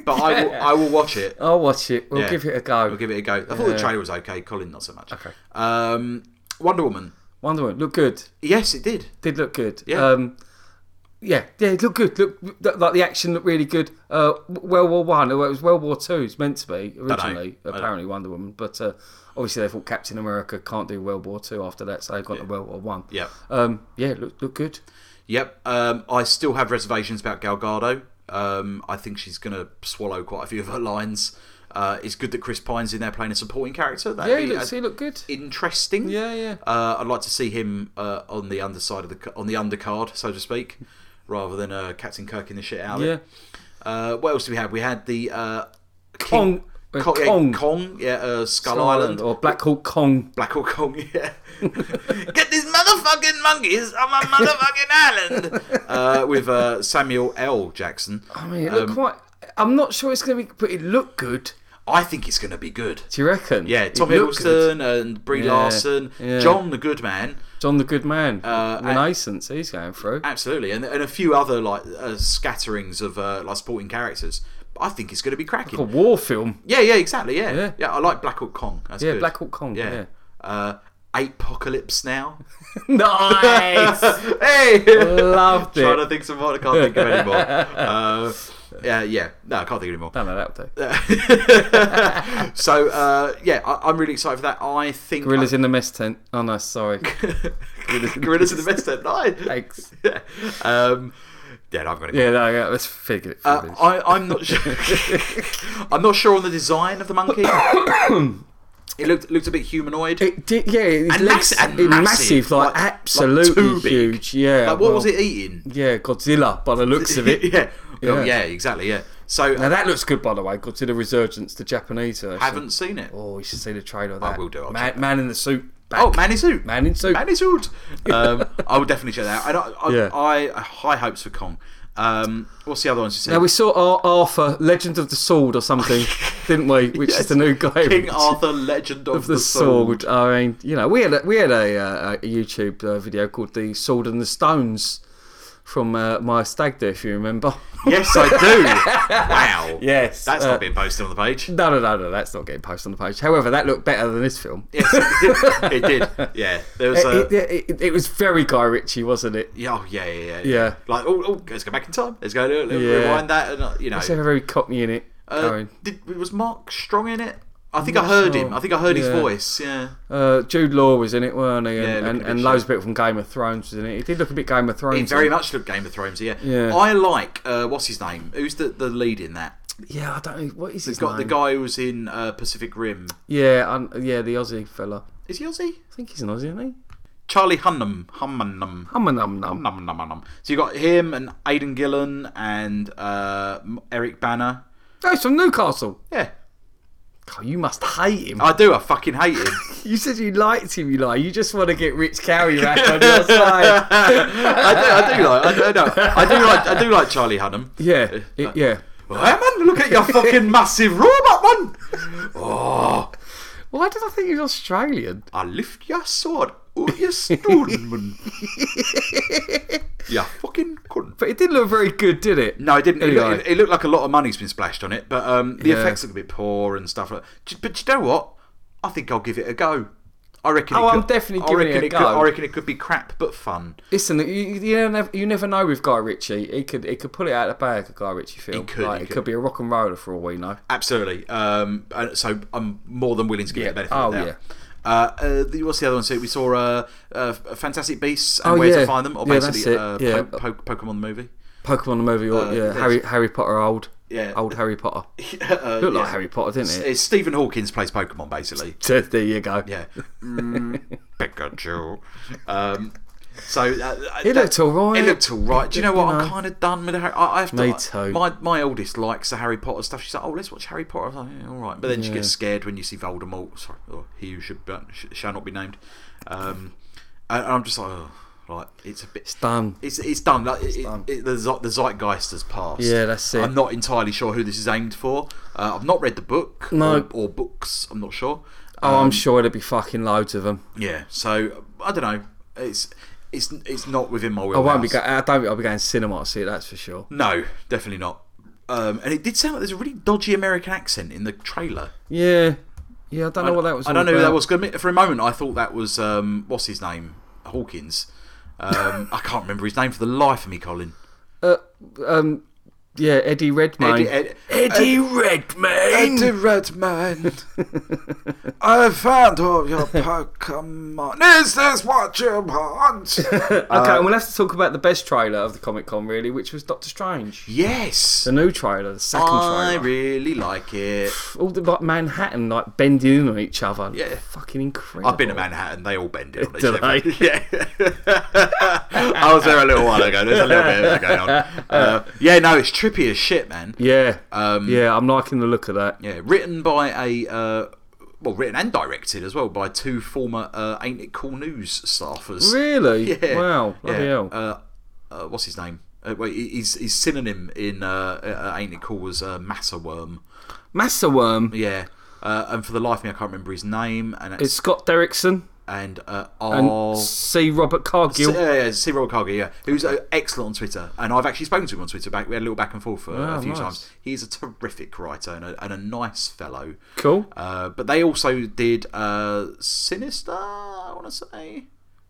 S1: but I will. I will watch it.
S2: I'll watch it. We'll
S1: Yeah.
S2: give it a go.
S1: We'll give it a go. I thought the trailer was okay. Colin, not so much.
S2: Okay.
S1: Um, Wonder Woman.
S2: Wonder Woman look good.
S1: Yes, it did.
S2: Did look good.
S1: Yeah.
S2: Um, yeah, yeah, it looked good. Look, th- like the action looked really good. Uh, World War One, or it was World War Two. It's meant to be originally,
S1: know.
S2: apparently Wonder Woman, but uh, obviously they thought Captain America can't do World War Two after that, so they got to World War One.
S1: Yeah.
S2: um, yeah, look, look good.
S1: Yep. Um, I still have reservations about Gal Gadot. Um, I think she's going to swallow quite a few of her lines. Uh, it's good that Chris Pine's in there playing a supporting character. That'd
S2: Yeah, he
S1: be
S2: looks,
S1: a-
S2: he looked good.
S1: interesting.
S2: Yeah, yeah.
S1: Uh, I'd like to see him uh, on the underside of the c- on the undercard, so to speak, rather than uh, Captain Kirk in the shit alley.
S2: Yeah.
S1: Uh, what else do we have? We had the uh,
S2: Kong- uh,
S1: Kong,
S2: Kong.
S1: yeah, Kong, yeah, uh, Skull, Island,
S2: or Black Hawk Kong.
S1: Black Hawk Kong, yeah. Get these motherfucking monkeys on my motherfucking island uh, with uh, Samuel L. Jackson.
S2: I mean, it looked
S1: Um,
S2: quite. I'm not sure it's going to be, but it looked good.
S1: I think it's going to be good.
S2: Do you reckon?
S1: Yeah,
S2: It
S1: Tom
S2: looked good.
S1: Hiddleston and Brie Larson,
S2: yeah.
S1: John the Good Man.
S2: John the Good Man,
S1: Uh, and-
S2: Renaissance. He's going through.
S1: Absolutely, and, and a few other like uh, scatterings of uh, like supporting characters. I think it's going to be cracking.
S2: a war film.
S1: Yeah, yeah, exactly. Yeah,
S2: Yeah.
S1: yeah. I like Black Hawk Kong. That's
S2: Yeah,
S1: good.
S2: Black Hawk Kong. Yeah.
S1: Uh, Apocalypse now.
S2: nice.
S1: hey,
S2: Loved
S1: trying to
S2: it.
S1: think some more. I can't think of anymore. Uh, yeah, yeah. No, I can't think of anymore.
S2: No, no, that'll do.
S1: So uh, yeah, I, I'm really excited for that. I think
S2: Gorillas in the mess tent. Oh no, sorry.
S1: Gorillas in the Mist at night.
S2: Thanks.
S1: um, yeah, no, I'm gonna. Go.
S2: Yeah, no, yeah, let's figure it.
S1: Uh, I, I'm not sure. I'm not sure on the design of the monkey. it looked looked a bit humanoid.
S2: it did, yeah, it's
S1: And
S2: legs,
S1: mass- and
S2: it massive,
S1: massive,
S2: like,
S1: like- like
S2: absolutely
S1: too big.
S2: huge. Yeah.
S1: like, Uh, what
S2: well,
S1: was it eating?
S2: Yeah, Godzilla by the looks of it.
S1: yeah. Well,
S2: Yeah.
S1: yeah, exactly. Yeah. So uh,
S2: Now that looks good, by the way. Godzilla Resurgence, the Japanese version.
S1: haven't seen it.
S2: Oh, you should see the trailer. Of that.
S1: will do, I'll check
S2: Man, man in the suit. back.
S1: Oh, man is who?
S2: man in suit.
S1: Man is who? Um, I will definitely check that out. And I, I,
S2: Yeah.
S1: I, high hopes for Kong. Um, what's the other ones you said?
S2: Now we saw Ar- Arthur, Legend of the Sword or something, didn't we? Which is the new guy.
S1: King Arthur, Legend of,
S2: the sword. I mean, you know, we had a, we had a, uh, a YouTube uh, video called "The Sword and the Stones" from uh, my stag do, if you remember.
S1: Yes, I do. wow.
S2: Yes,
S1: That's
S2: uh,
S1: not being posted on the page.
S2: No, no, no, no. That's not getting posted on the page. However, that looked better than this film.
S1: Yes, it did. It did. Yeah. There was a.
S2: It, it, it, it was very Guy Ritchie, wasn't it?
S1: yeah, oh, yeah, yeah, yeah,
S2: Yeah.
S1: Like, oh, oh, let's go back in time. Let's go do it. Let's
S2: Yeah.
S1: rewind that, and uh, you know,
S2: It's very cockney in it.
S1: uh,
S2: Going.
S1: did, was Mark Strong in it? I think I heard
S2: sure.
S1: him. I think I heard his
S2: Yeah.
S1: voice. Yeah,
S2: Uh, Jude Law was in it, weren't he? And,
S1: Yeah, look
S2: and,
S1: a bit
S2: and
S1: shit.
S2: loads of people from Game of Thrones was in it. He did look a bit Game of Thrones.
S1: It very much looked Game of Thrones. Yeah,
S2: Yeah.
S1: I like uh, what's his name? Who's the, the lead in that?
S2: Yeah, I don't know. What is his
S1: Got the
S2: name?
S1: guy who was in uh, Pacific Rim.
S2: Yeah, um, yeah, the Aussie fella.
S1: Is he Aussie?
S2: I think he's an Aussie, isn't he?
S1: Charlie Hunnam. Hunnam.
S2: Hum a num
S1: Num,
S2: num.
S1: num, num, num. So you got him and Aidan Gillen and uh, M- Eric Banner.
S2: No, he's from Newcastle.
S1: Yeah,
S2: God, you must hate him.
S1: I do. I fucking hate him.
S2: You said you liked him, you lie. You just want to get Rich Cowie back on your side.
S1: I do, I do like, I do, no, I do like, I do like Charlie Hunnam.
S2: Yeah, it- yeah.
S1: Well, hey man, look at your fucking massive robot, man. Oh,
S2: Why did I think he was Australian?
S1: I lift your sword, oh you stone, man. you fucking cunt.
S2: But it didn't look very good, did it?
S1: No, it didn't. It,
S2: Anyway.
S1: looked, it looked like a lot of money's been splashed on it, but um, the
S2: Yeah.
S1: effects look a bit poor and stuff like. That. But you know what? I think I'll give it a go. I reckon.
S2: Oh,
S1: it could,
S2: I'm definitely
S1: I
S2: giving
S1: reckon
S2: it a
S1: Could,
S2: go.
S1: I reckon it could be crap but fun.
S2: Listen, you, you don't never you never know with Guy Ritchie. He could he could pull it out of the bag. A Guy Ritchie film.
S1: He could,
S2: Like,
S1: he
S2: it
S1: could.
S2: could be a rock and roller for all we know.
S1: Absolutely. Um, and so I'm more than willing to give it
S2: Yeah.
S1: the benefit
S2: Oh,
S1: of the doubt.
S2: yeah.
S1: Uh, uh, the- what's the other one? So we saw uh, uh, Fantastic Beasts and
S2: Oh,
S1: Where to
S2: yeah.
S1: Find Them, or
S2: Yeah,
S1: basically uh,
S2: that's it. Yeah.
S1: po- po- Pokemon movie.
S2: Pokemon the movie. Or,
S1: Uh,
S2: yeah,
S1: there's-
S2: Harry Harry Potter old.
S1: Yeah.
S2: old Harry Potter.
S1: uh,
S2: Looked like
S1: yeah.
S2: Harry Potter, didn't it?
S1: It's Stephen Hawkins plays Pokemon, basically.
S2: there you go.
S1: Yeah. Mm, Pikachu. Um, so uh,
S2: It looked all right.
S1: It looked all right. Do you know
S2: You
S1: what? I'm
S2: know.
S1: kind of done with the Harry. I, I have to,
S2: Me
S1: like,
S2: too.
S1: My my oldest likes the Harry Potter stuff. She's like, "Oh, let's watch Harry Potter." I was like, yeah, "All right," but then she gets scared when you see Voldemort. Sorry, or he who should be, sh- shall not be named. Um, and and I'm just like, oh, right, it's a bit.
S2: It's done.
S1: It's, it's done. Like, it,
S2: done.
S1: It, the, ze- the zeitgeist has passed.
S2: Yeah, that's it.
S1: I'm not entirely sure who this is aimed for. Uh, I've not read the book
S2: No.
S1: or, or books. I'm not sure.
S2: Oh,
S1: um,
S2: I'm sure there'll be fucking loads of them.
S1: Yeah, so I don't know. It's it's it's not within my
S2: I
S1: wheelhouse.
S2: won't be. Go- I don't. think I'll be going to cinema to see it. That's for sure.
S1: No, definitely not. Um, and it did sound like there's a really dodgy American accent in the trailer.
S2: Yeah, yeah. I don't know what that was.
S1: I don't
S2: all
S1: know who that
S2: about.
S1: was. 'cause For a moment, I thought that was um, what's his name, Hawkins. Um, I can't remember his name for the life of me, Colin.
S2: Um, yeah, Eddie Redmayne.
S1: Eddie, Ed,
S2: Eddie Redmayne.
S1: Redmayne. I found all your Pokemon. Is this what you want?
S2: Okay,
S1: um,
S2: and we'll have to talk about the best trailer of the Comic Con, really, which was Doctor Strange.
S1: yes,
S2: The new trailer, the second
S1: I
S2: trailer.
S1: really like it.
S2: All the like Manhattan like bending in on each other.
S1: Yeah.
S2: Fucking incredible.
S1: I've been to Manhattan. They all bend it on each
S2: Do
S1: other. Yeah. I was there a little while ago. There's a little bit of that going on. Uh, yeah, no, it's trippy as shit, man.
S2: Yeah.
S1: Um,
S2: yeah, I'm liking the look of that.
S1: Yeah, written by a uh, well, written and directed as well by two former uh, Ain't It Cool News staffers.
S2: Really?
S1: Yeah.
S2: Wow. Bloody
S1: yeah.
S2: hell.
S1: Uh, uh, what's his name? Uh, wait, he- his, his synonym in uh, uh, Ain't It Cool was uh, Massa Worm.
S2: Massa Worm.
S1: Yeah. Uh, and for the life of me, I can't remember his name. And
S2: It's
S1: it's,
S2: Scott Derrickson
S1: and uh,
S2: and
S1: Arl-
S2: C. Robert Cargill.
S1: Yeah, uh, yeah, yeah, C. Robert Cargill, yeah, who's uh, excellent on Twitter, and I've actually spoken to him on Twitter. Back we had a little back and forth for
S2: Oh,
S1: a few
S2: nice.
S1: times. He's a terrific writer and a, and a nice fellow.
S2: cool.
S1: Uh, but they also did uh, Sinister. I want to say.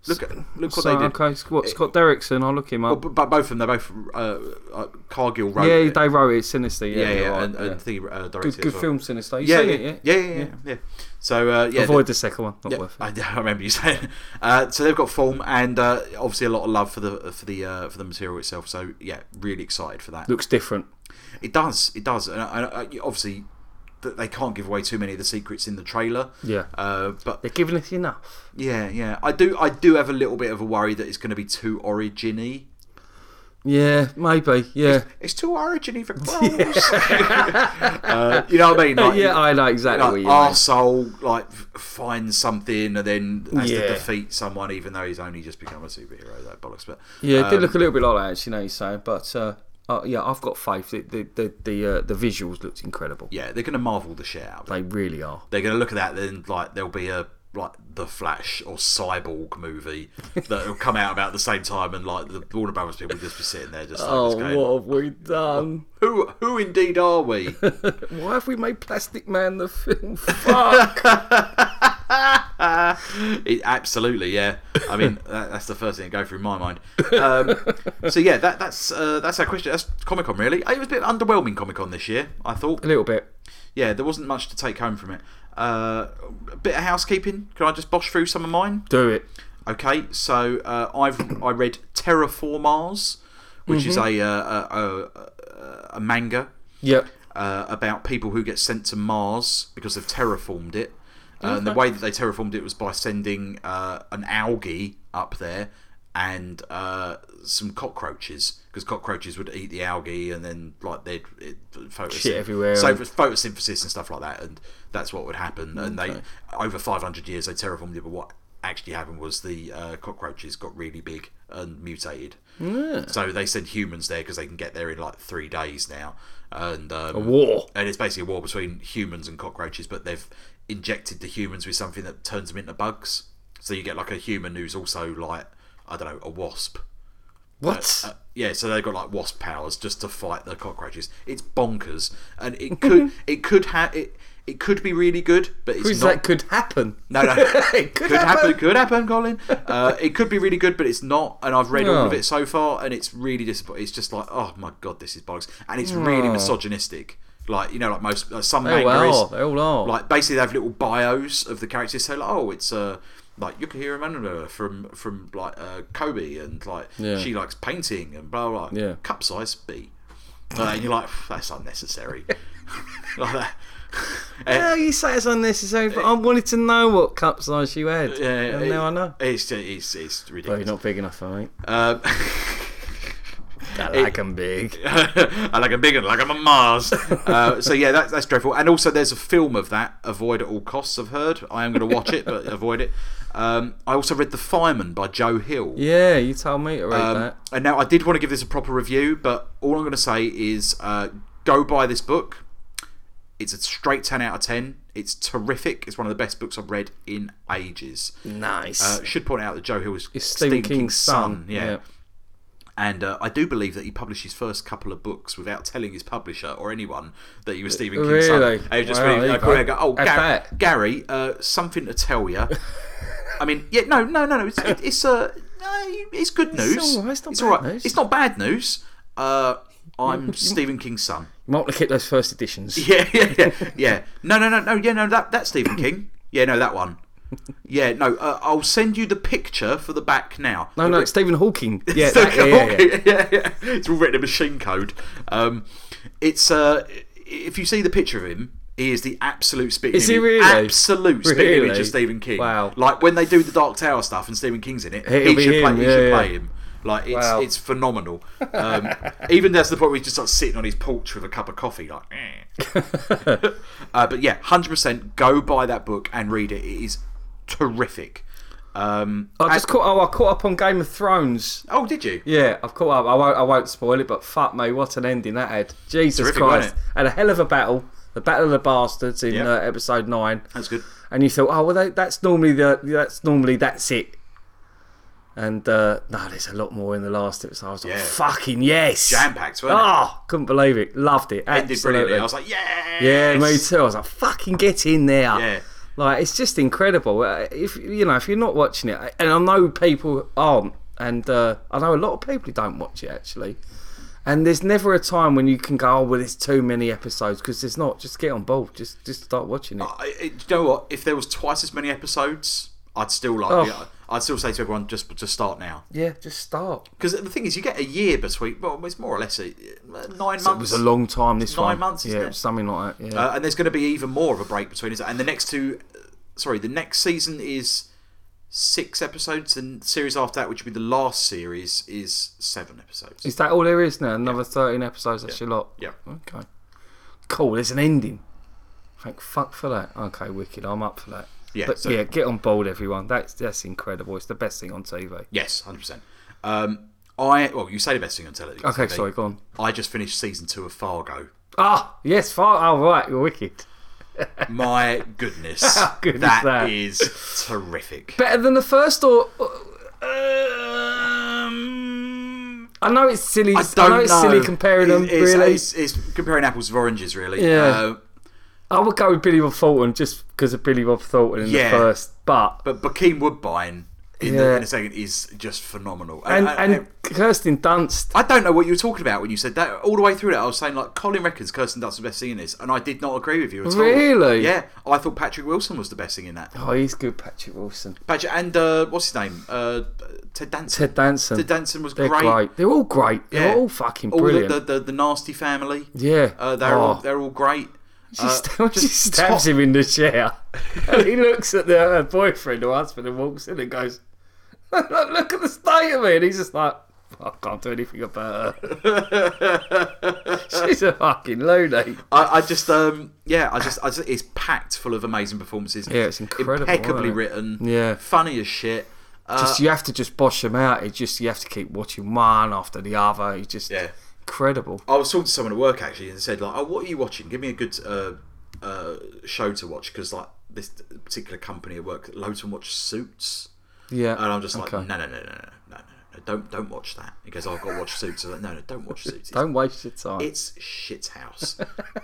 S1: Look, at look what
S2: So,
S1: they did.
S2: okay, Scott, Scott Derrickson. I'll look him
S1: Oh,
S2: up.
S1: b- but both of them, they're both uh, uh, Cargill wrote.
S2: yeah,
S1: it.
S2: they wrote it. Sinister. Yeah,
S1: yeah, yeah,
S2: you're right,
S1: and,
S2: yeah.
S1: and the uh, directed
S2: Good,
S1: it
S2: good
S1: as well.
S2: film, Sinister. You
S1: Yeah,
S2: seen
S1: yeah,
S2: it? Yeah.
S1: yeah, yeah, yeah, yeah. So uh, yeah,
S2: Avoid the second one. Not
S1: Yeah,
S2: worth it.
S1: I, I remember you saying. Uh, so they've got form and uh, obviously a lot of love for the for the uh, for the material itself. So yeah, really excited for that.
S2: Looks different.
S1: It does, it does, and I, I, obviously th- they can't give away too many of the secrets in the trailer.
S2: Yeah.
S1: Uh, but
S2: They're giving us enough.
S1: yeah, yeah, I do, I do have a little bit of a worry that it's going to be too originy.
S2: Yeah, maybe. Yeah.
S1: It's too originy for clothes. uh, you know what I mean? Like,
S2: yeah, I know exactly what
S1: like
S2: you mean.
S1: arsehole like f- finds something and then has to
S2: Yeah.
S1: defeat someone even though he's only just become a superhero that bollocks but
S2: Yeah, it did
S1: um,
S2: look a little bit like that, actually, now you're saying. But uh, uh, yeah, I've got faith. The the the, the, uh, the visuals looked incredible.
S1: yeah they're gonna marvel the shit out of it.
S2: They really are.
S1: they're gonna look at that then like there'll be a like the Flash or Cyborg movie that'll come out about the same time and like the Warner Brothers people will just be sitting there just like just going,
S2: Oh, have we done?
S1: who who indeed are we
S2: Why have we made Plastic Man the film? Fuck.
S1: It, absolutely, yeah. I mean, that, that's the first thing that go through my mind. Um, so yeah, that, that's uh, that's our question. That's Comic Con, really. It was a bit underwhelming Comic Con this year. I thought.
S2: a little bit.
S1: Yeah, there wasn't much to take home from it. Uh, a bit of housekeeping. Can I just bosh through some of mine?
S2: Do it.
S1: Okay, so uh, I've I read Terraformars, which is a,
S2: Mm-hmm.
S1: uh, a, a a manga
S2: Yep.
S1: uh, about people who get sent to Mars because they've terraformed it. Uh, and the way that they terraformed it was by sending uh, an algae up there and uh, some cockroaches because cockroaches would eat the algae and then like they'd it, photosynth-
S2: Shit everywhere.
S1: So it was photosynthesis and stuff like that, and that's what would happen. And they over 500 years they terraformed it, but what actually happened was the uh, cockroaches got really big and mutated. So they send humans there because they can get there in like three days now, and um,
S2: War.
S1: and it's basically a war between humans and cockroaches, but they've injected the humans with something that turns them into bugs. So you get like a human who's also like I don't know a wasp.
S2: What?
S1: Uh, yeah, so they've got like wasp powers just to fight the cockroaches. It's bonkers, and it could it could have it. It could be really good, but it's
S2: Who's
S1: not.
S2: that could happen?
S1: No, no.
S2: it could,
S1: could happen.
S2: happen.
S1: Could happen, Colin. Uh, it could be really good, but it's not. And I've read all of
S2: No.
S1: it so far, and it's really disappointing. It's just like, oh my god, this is bollocks, and it's really
S2: No.
S1: misogynistic. Like you know, like most uh, some
S2: They
S1: manga
S2: all are.
S1: is
S2: They all are.
S1: like basically they have little bios of the characters. So like, oh, it's uh, like Yukihiro Manana from from like uh, Kobe, and like
S2: Yeah.
S1: she likes painting and blah blah. blah.
S2: Yeah.
S1: Cup size B, uh, and you're like, that's unnecessary. like that.
S2: No, you say it's unnecessary, but I wanted to know what cup size you had.
S1: Yeah,
S2: and
S1: it-
S2: now I know.
S1: It's it's it's
S2: Well,
S1: ridiculous.
S2: Oh, you're not big enough for me.
S1: Um,
S2: I like 'em big.
S1: I like I'm big and like I'm on Mars. Uh, so yeah, that's that's dreadful. And also, there's a film of that. Avoid at all costs. I've heard. I am going to watch it, but avoid it. Um, I also read The Fireman by Joe Hill.
S2: Yeah, you told me to read
S1: Um,
S2: that.
S1: And now I did want to give this a proper review, but all I'm going to say is uh, go buy this book. It's a straight 10 out of 10. It's terrific. It's one of the best books I've read in ages.
S2: Nice.
S1: Uh, should point out that Joe Hill was
S2: it's Stephen, King's, son.
S1: Yeah. And uh, I do believe that he published his first couple of books without telling his publisher or anyone that he was Stephen King's
S2: Uh, Really?
S1: son. And he just
S2: Wow,
S1: really,
S2: there
S1: I
S2: you
S1: probably
S2: go.
S1: go, oh,
S2: Have
S1: Gar-
S2: that."
S1: Gary, uh, something to tell you. I mean, yeah, no, no, no, no. It's it, it's uh, no, it's good news.
S2: all right, it's not
S1: all
S2: bad
S1: right.
S2: news.
S1: It's not bad news. Uh, I'm Stephen King's son.
S2: You might want to keep those first editions.
S1: Yeah, yeah, yeah, yeah. No, no, no, no. Yeah, no, that that's Stephen King. Yeah, no, that one. Yeah, no. Uh, I'll send you the picture for the back now.
S2: No, Oh, no, it's Stephen Hawking. Yeah,
S1: It's
S2: that- yeah, yeah, yeah.
S1: yeah, yeah. It's all written in machine code. Um, it's uh, if you see the picture of him, he is the absolute spitting.
S2: Is he
S1: image-
S2: really?
S1: Absolute spitting
S2: Really?
S1: image of Stephen King.
S2: Wow.
S1: Like when they do the Dark Tower stuff and Stephen King's in it,
S2: It'll
S1: he
S2: be
S1: should
S2: him,
S1: play. He
S2: yeah,
S1: should
S2: yeah.
S1: play him. Like it's
S2: Wow.
S1: it's phenomenal. Um, even that's the point where he just starts sitting on his porch with a cup of coffee, like. eh. uh, but yeah, hundred percent. Go buy that book and read it. It is terrific. Um,
S2: I just caught. Oh, I caught up on Game of Thrones.
S1: oh, did you?
S2: Yeah, I've caught up. I won't. I won't spoil it. But fuck me, what an ending that had! Jesus
S1: Terrific, wasn't
S2: Christ,
S1: it?
S2: had a hell of a battle. The Battle of the Bastards in
S1: Yeah.
S2: uh, episode nine.
S1: That's good.
S2: and you thought, oh well, that, that's normally the that's normally that's it. And uh, no, there's a lot more in the last episode. I was like,
S1: Yeah.
S2: fucking yes,
S1: Jam packed, weren't it?
S2: Oh, couldn't believe it. Loved it.
S1: ended brilliantly.
S2: Absolutely.
S1: I was like, yeah,
S2: yeah, me too. I was like, fucking get in there.
S1: Yeah.
S2: Like it's just incredible. Uh, If you know, if you're not watching it, and I know people aren't, and uh, I know a lot of people who don't watch it actually. And there's never a time when you can go, oh, well, there's too many episodes because there's not. Just get on board. Just just start watching it.
S1: I, I- you know what? If there was twice as many episodes, I'd still like.
S2: Oh.
S1: yeah, I'd still say to everyone, just just start now.
S2: yeah, just start.
S1: Because the thing is, you get a year between. Well, it's more or less a, uh, nine
S2: It
S1: months.
S2: was a long time. This
S1: Nine
S2: one,
S1: months,
S2: yeah,
S1: isn't
S2: it
S1: it?
S2: was something like that. Yeah,
S1: Uh, and there's going to be even more of a break between us. And the next two, uh, sorry, the next season is six episodes, and series after that, which would be the last series, is seven episodes.
S2: is that all there is now? Another thirteen episodes. That's your lot.
S1: yeah.
S2: Okay. Oh, Cool. There's an ending. Thank fuck for that. Okay, wicked. I'm up for that.
S1: Yeah,
S2: but
S1: so-
S2: yeah, get on board, everyone. That's that's incredible. It's the best thing on TV.
S1: Yes, hundred percent. Um, I well, you say the best thing on television.
S2: Okay, sorry, go on.
S1: I just finished season two of Fargo.
S2: Ah, yes, far. Oh, right, you're wicked.
S1: My goodness,
S2: good is
S1: that
S2: that?
S1: is terrific.
S2: Better than the first, or um, I know it's silly. I, know it's silly comparing them.
S1: It's, it's-
S2: really,
S1: it's, it's comparing apples with oranges, really. Uh,
S2: Yeah. I would go with Billy Bob Thornton just because of Billy Bob Thornton in
S1: Yeah.
S2: the first, but
S1: but Bakeem Woodbine in, the,
S2: Yeah.
S1: in the second is just phenomenal.
S2: and
S1: I,
S2: and Kirsten Dunst.
S1: I don't know what you were talking about when you said that. All the way through that, I was saying like Colin reckons Kirsten Dunst was the best thing in this, and I did not agree with you at all.
S2: Really?
S1: Yeah, I thought Patrick Wilson was the best thing in that.
S2: Oh, he's good, Patrick Wilson.
S1: Patrick and uh, what's his name? Uh, Ted Danson.
S2: Ted Danson.
S1: Ted Danson was
S2: They're great. They're all great. They're
S1: Yeah.
S2: all fucking
S1: all the,
S2: brilliant.
S1: the, the the nasty family.
S2: Yeah.
S1: uh, they're all
S2: Oh.
S1: they're all great.
S2: she, sta- she
S1: uh, just
S2: stabs
S1: top-
S2: him in the chair. and he looks at the, her boyfriend or husband and walks in and goes, look, look at the state of me. And he's just like, I can't do anything about her. She's a fucking loony.
S1: I, I just um yeah I just I just it's packed full of amazing performances.
S2: Yeah, it's incredible,
S1: impeccably
S2: isn't it?
S1: written.
S2: Yeah.
S1: funny as shit. Uh,
S2: Just you have to just bosh them out. It's just you have to keep watching one after the other. It's just
S1: Yeah.
S2: incredible.
S1: I was talking to someone at work actually and said like, "Oh, what are you watching? Give me a good uh, uh, show to watch because like this particular company at work loads of them watch Suits."
S2: Yeah.
S1: And I'm just like,
S2: Okay.
S1: no, no, no, no, no, no, no. no, don't don't watch that. He goes, I've got to watch Suits. I'm like, no, no, don't watch Suits. It's,
S2: Don't waste your time.
S1: it's shit house.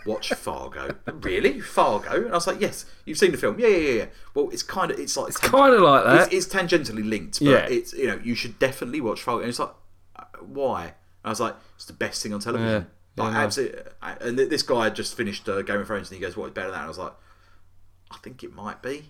S1: Watch Fargo. really, Fargo? And I was like, yes, you've seen the film. Yeah, yeah, yeah. yeah. Well, it's kind of it's like it's
S2: kind of like that.
S1: it's, it's tangentially linked, but
S2: Uh, Yeah.
S1: it's you know you should definitely watch Fargo. And it's like, uh, why? And I was like, it's the best thing on television.
S2: Yeah,
S1: Like,
S2: yeah, no.
S1: absolutely. And th- this guy had just finished uh, Game of Thrones, and he goes, "What is better than that?" And I was like, I think it might be.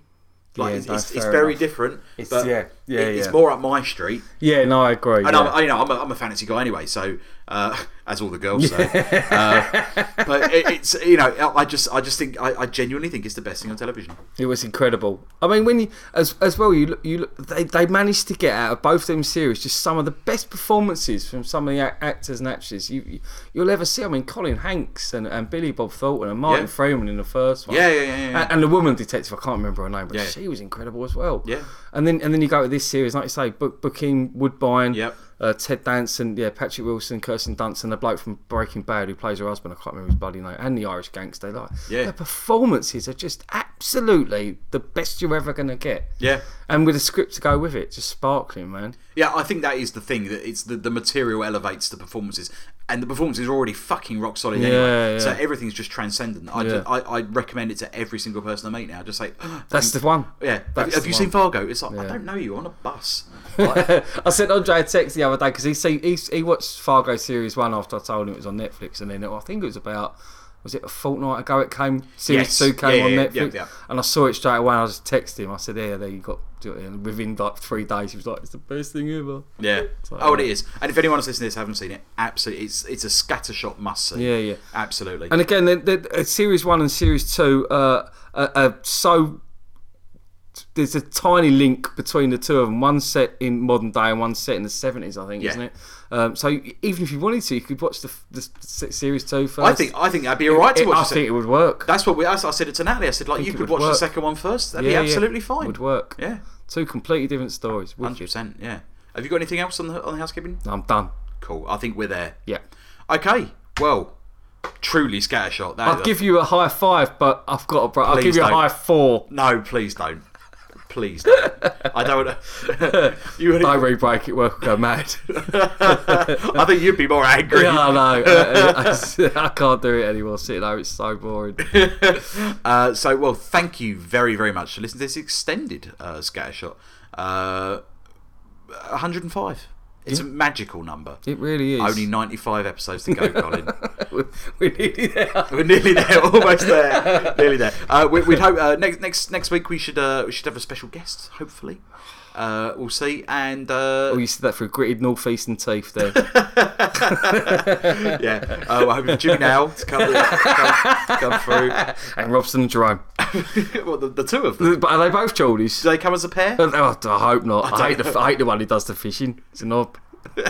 S1: Like
S2: Yeah,
S1: it's,
S2: no,
S1: it's, it's
S2: fair
S1: very
S2: enough.
S1: different.
S2: It's-
S1: but
S2: yeah, yeah,
S1: it- It's
S2: yeah.
S1: more up my street.
S2: yeah, no, I agree.
S1: And
S2: yeah.
S1: I'm, you know, I'm a, I'm a fantasy guy anyway, so uh, as all the girls say. uh, but it, it's you know, I- I just I just think I, I genuinely think it's the best thing on television.
S2: It was incredible. I mean, when you as as well, you look, you look, they they managed to get out of both them series just some of the best performances from some of the ac- actors and actresses you you- you'll ever see. I mean, Colin Hanks and, and Billy Bob Thornton and Martin
S1: Yeah.
S2: Freeman in the first one.
S1: Yeah, yeah, yeah, yeah, yeah.
S2: And, and the woman detective, I can't remember her name, but
S1: Yeah.
S2: she was incredible as well.
S1: Yeah.
S2: And then and then you go to this series, like you say, Book, Booking Woodbine,
S1: Yep.
S2: uh, Ted Danson, yeah, Patrick Wilson, Kirsten Dunst, and the bloke from Breaking Bad who plays her husband. I can't remember his bloody name, and the Irish gangster. Like,
S1: Yeah.
S2: their performances are just absolutely the best you're ever going to get.
S1: Yeah.
S2: and with a script to go with it, just sparkling, man.
S1: Yeah, I think that is the thing that it's the, the material elevates the performances, and the performances are already fucking rock solid anyway.
S2: yeah.
S1: So everything's just transcendent. I,
S2: Yeah.
S1: I I recommend it to every single person I meet now. Just say, "Oh,
S2: That's the one.
S1: yeah, have,
S2: That's
S1: have
S2: the
S1: you
S2: one.
S1: seen Fargo? It's like I don't know you on a bus.
S2: I sent Andre a text the other day because he, see- he he watched Fargo series one after I told him it was on Netflix, and then I think it was about was it a fortnight ago it came series
S1: Yes.
S2: two came
S1: Yeah,
S2: on
S1: yeah, yeah,
S2: Netflix,
S1: yeah, yeah.
S2: and I saw it straight away. and I just texted him. I said, "Yeah, there you got." do it." And within like three days, he was like, "It's the best thing ever."
S1: Yeah.
S2: like,
S1: oh, it
S2: yeah.
S1: is. And if anyone's listening to this, haven't seen it, absolutely, it's it's a scattershot must see.
S2: Yeah, yeah.
S1: absolutely.
S2: And again, the, the, uh, series one and series two uh, are, are so. There's a tiny link between the two of them. One set in modern day and one set in the 70s, I think,
S1: Yeah.
S2: isn't it? Um, so y- even if you wanted to, you could watch the, f- the s- series two first.
S1: I think I think that'd be all right to
S2: It- I
S1: watch. the
S2: think
S1: se-
S2: it would work.
S1: That's what we. That's, what I said it to Natalie. I said like you
S2: it
S1: could
S2: would
S1: watch the
S2: work.
S1: second one first. That'd
S2: Yeah,
S1: be
S2: yeah.
S1: absolutely fine.
S2: Would work.
S1: Yeah,
S2: Two completely different stories.
S1: hundred
S2: Wicked.
S1: percent. Yeah. Have you got anything else on the on the housekeeping?
S2: I'm done.
S1: Cool. I think we're there.
S2: Yeah.
S1: Okay. Well, truly scattershot. That
S2: I'll give you a high five, but I've got a. Bro- I'll
S1: Please
S2: give you
S1: don't.
S2: a high four.
S1: No, please don't. Please don't. I don't. wanna- you. would-
S2: I re-break it, work will go mad.
S1: I think you'd be more angry.
S2: yeah, I know. I, I- I can't do it anymore. Sitting there, it's so boring.
S1: Uh, so, well, thank you very, very much for listening to this extended uh, scattershot. Uh, 105. It's a magical number.
S2: It really is.
S1: Only 95 episodes to go, Colin.
S2: we, we need it out.
S1: We're nearly there, almost there, nearly there. Uh, we, we'd hope uh, next next next week we should uh, we should have a special guest. Hopefully, uh, we'll see. And uh,
S2: Oh, you said that through gritted northeastern teeth there.
S1: yeah, uh, we're hoping for Jimmy now to come, come, come through.
S2: and Robson and Jerome.
S1: well, the, the two of them.
S2: But are they both Geordies?
S1: Do they come as a pair?
S2: Oh, I hope not. I, hate
S1: don't
S2: the, I hate the one who does the fishing. It's a knob. no,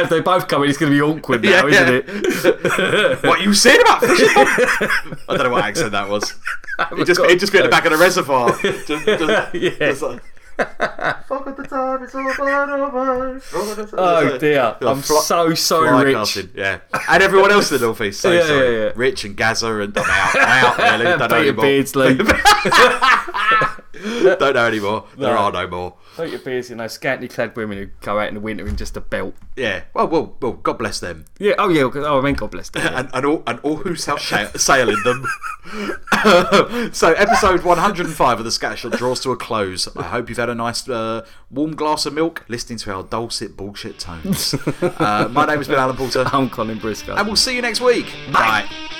S2: if they both come in, it's going to be awkward now, isn't it?
S1: it? what you saying about fishing? I don't know what accent that was. It just it just be at the back of the reservoir. Just, just, just like, Fuck with the time, it's all blown over.
S2: Oh dear, I'm
S1: fly-
S2: so sorry,
S1: Fly
S2: Rich.
S1: casting, yeah, and everyone else in the northeast. So
S2: Yeah, yeah,
S1: sorry,
S2: yeah.
S1: Rich and Gazza and I'm out, I'm out really. Don't know
S2: Peter
S1: anymore.
S2: Beardsley.
S1: Don't know anymore. There are no more.
S2: Peter Beardsley and those scantily clad women who go out in the winter in just a belt.
S1: Yeah. Well, well, well. God bless them.
S2: Yeah. Oh yeah. Oh, I mean, God bless them. yeah.
S1: and, and all and all who sail, sha- sail in them. so episode 105 of the Scattershot draws to a close. I hope you've had a nice uh, warm glass of milk listening to our dulcet bullshit tones. uh, my name has been Alan Porter,
S2: I'm Colin Briscoe.
S1: and we'll see you next week. Bye.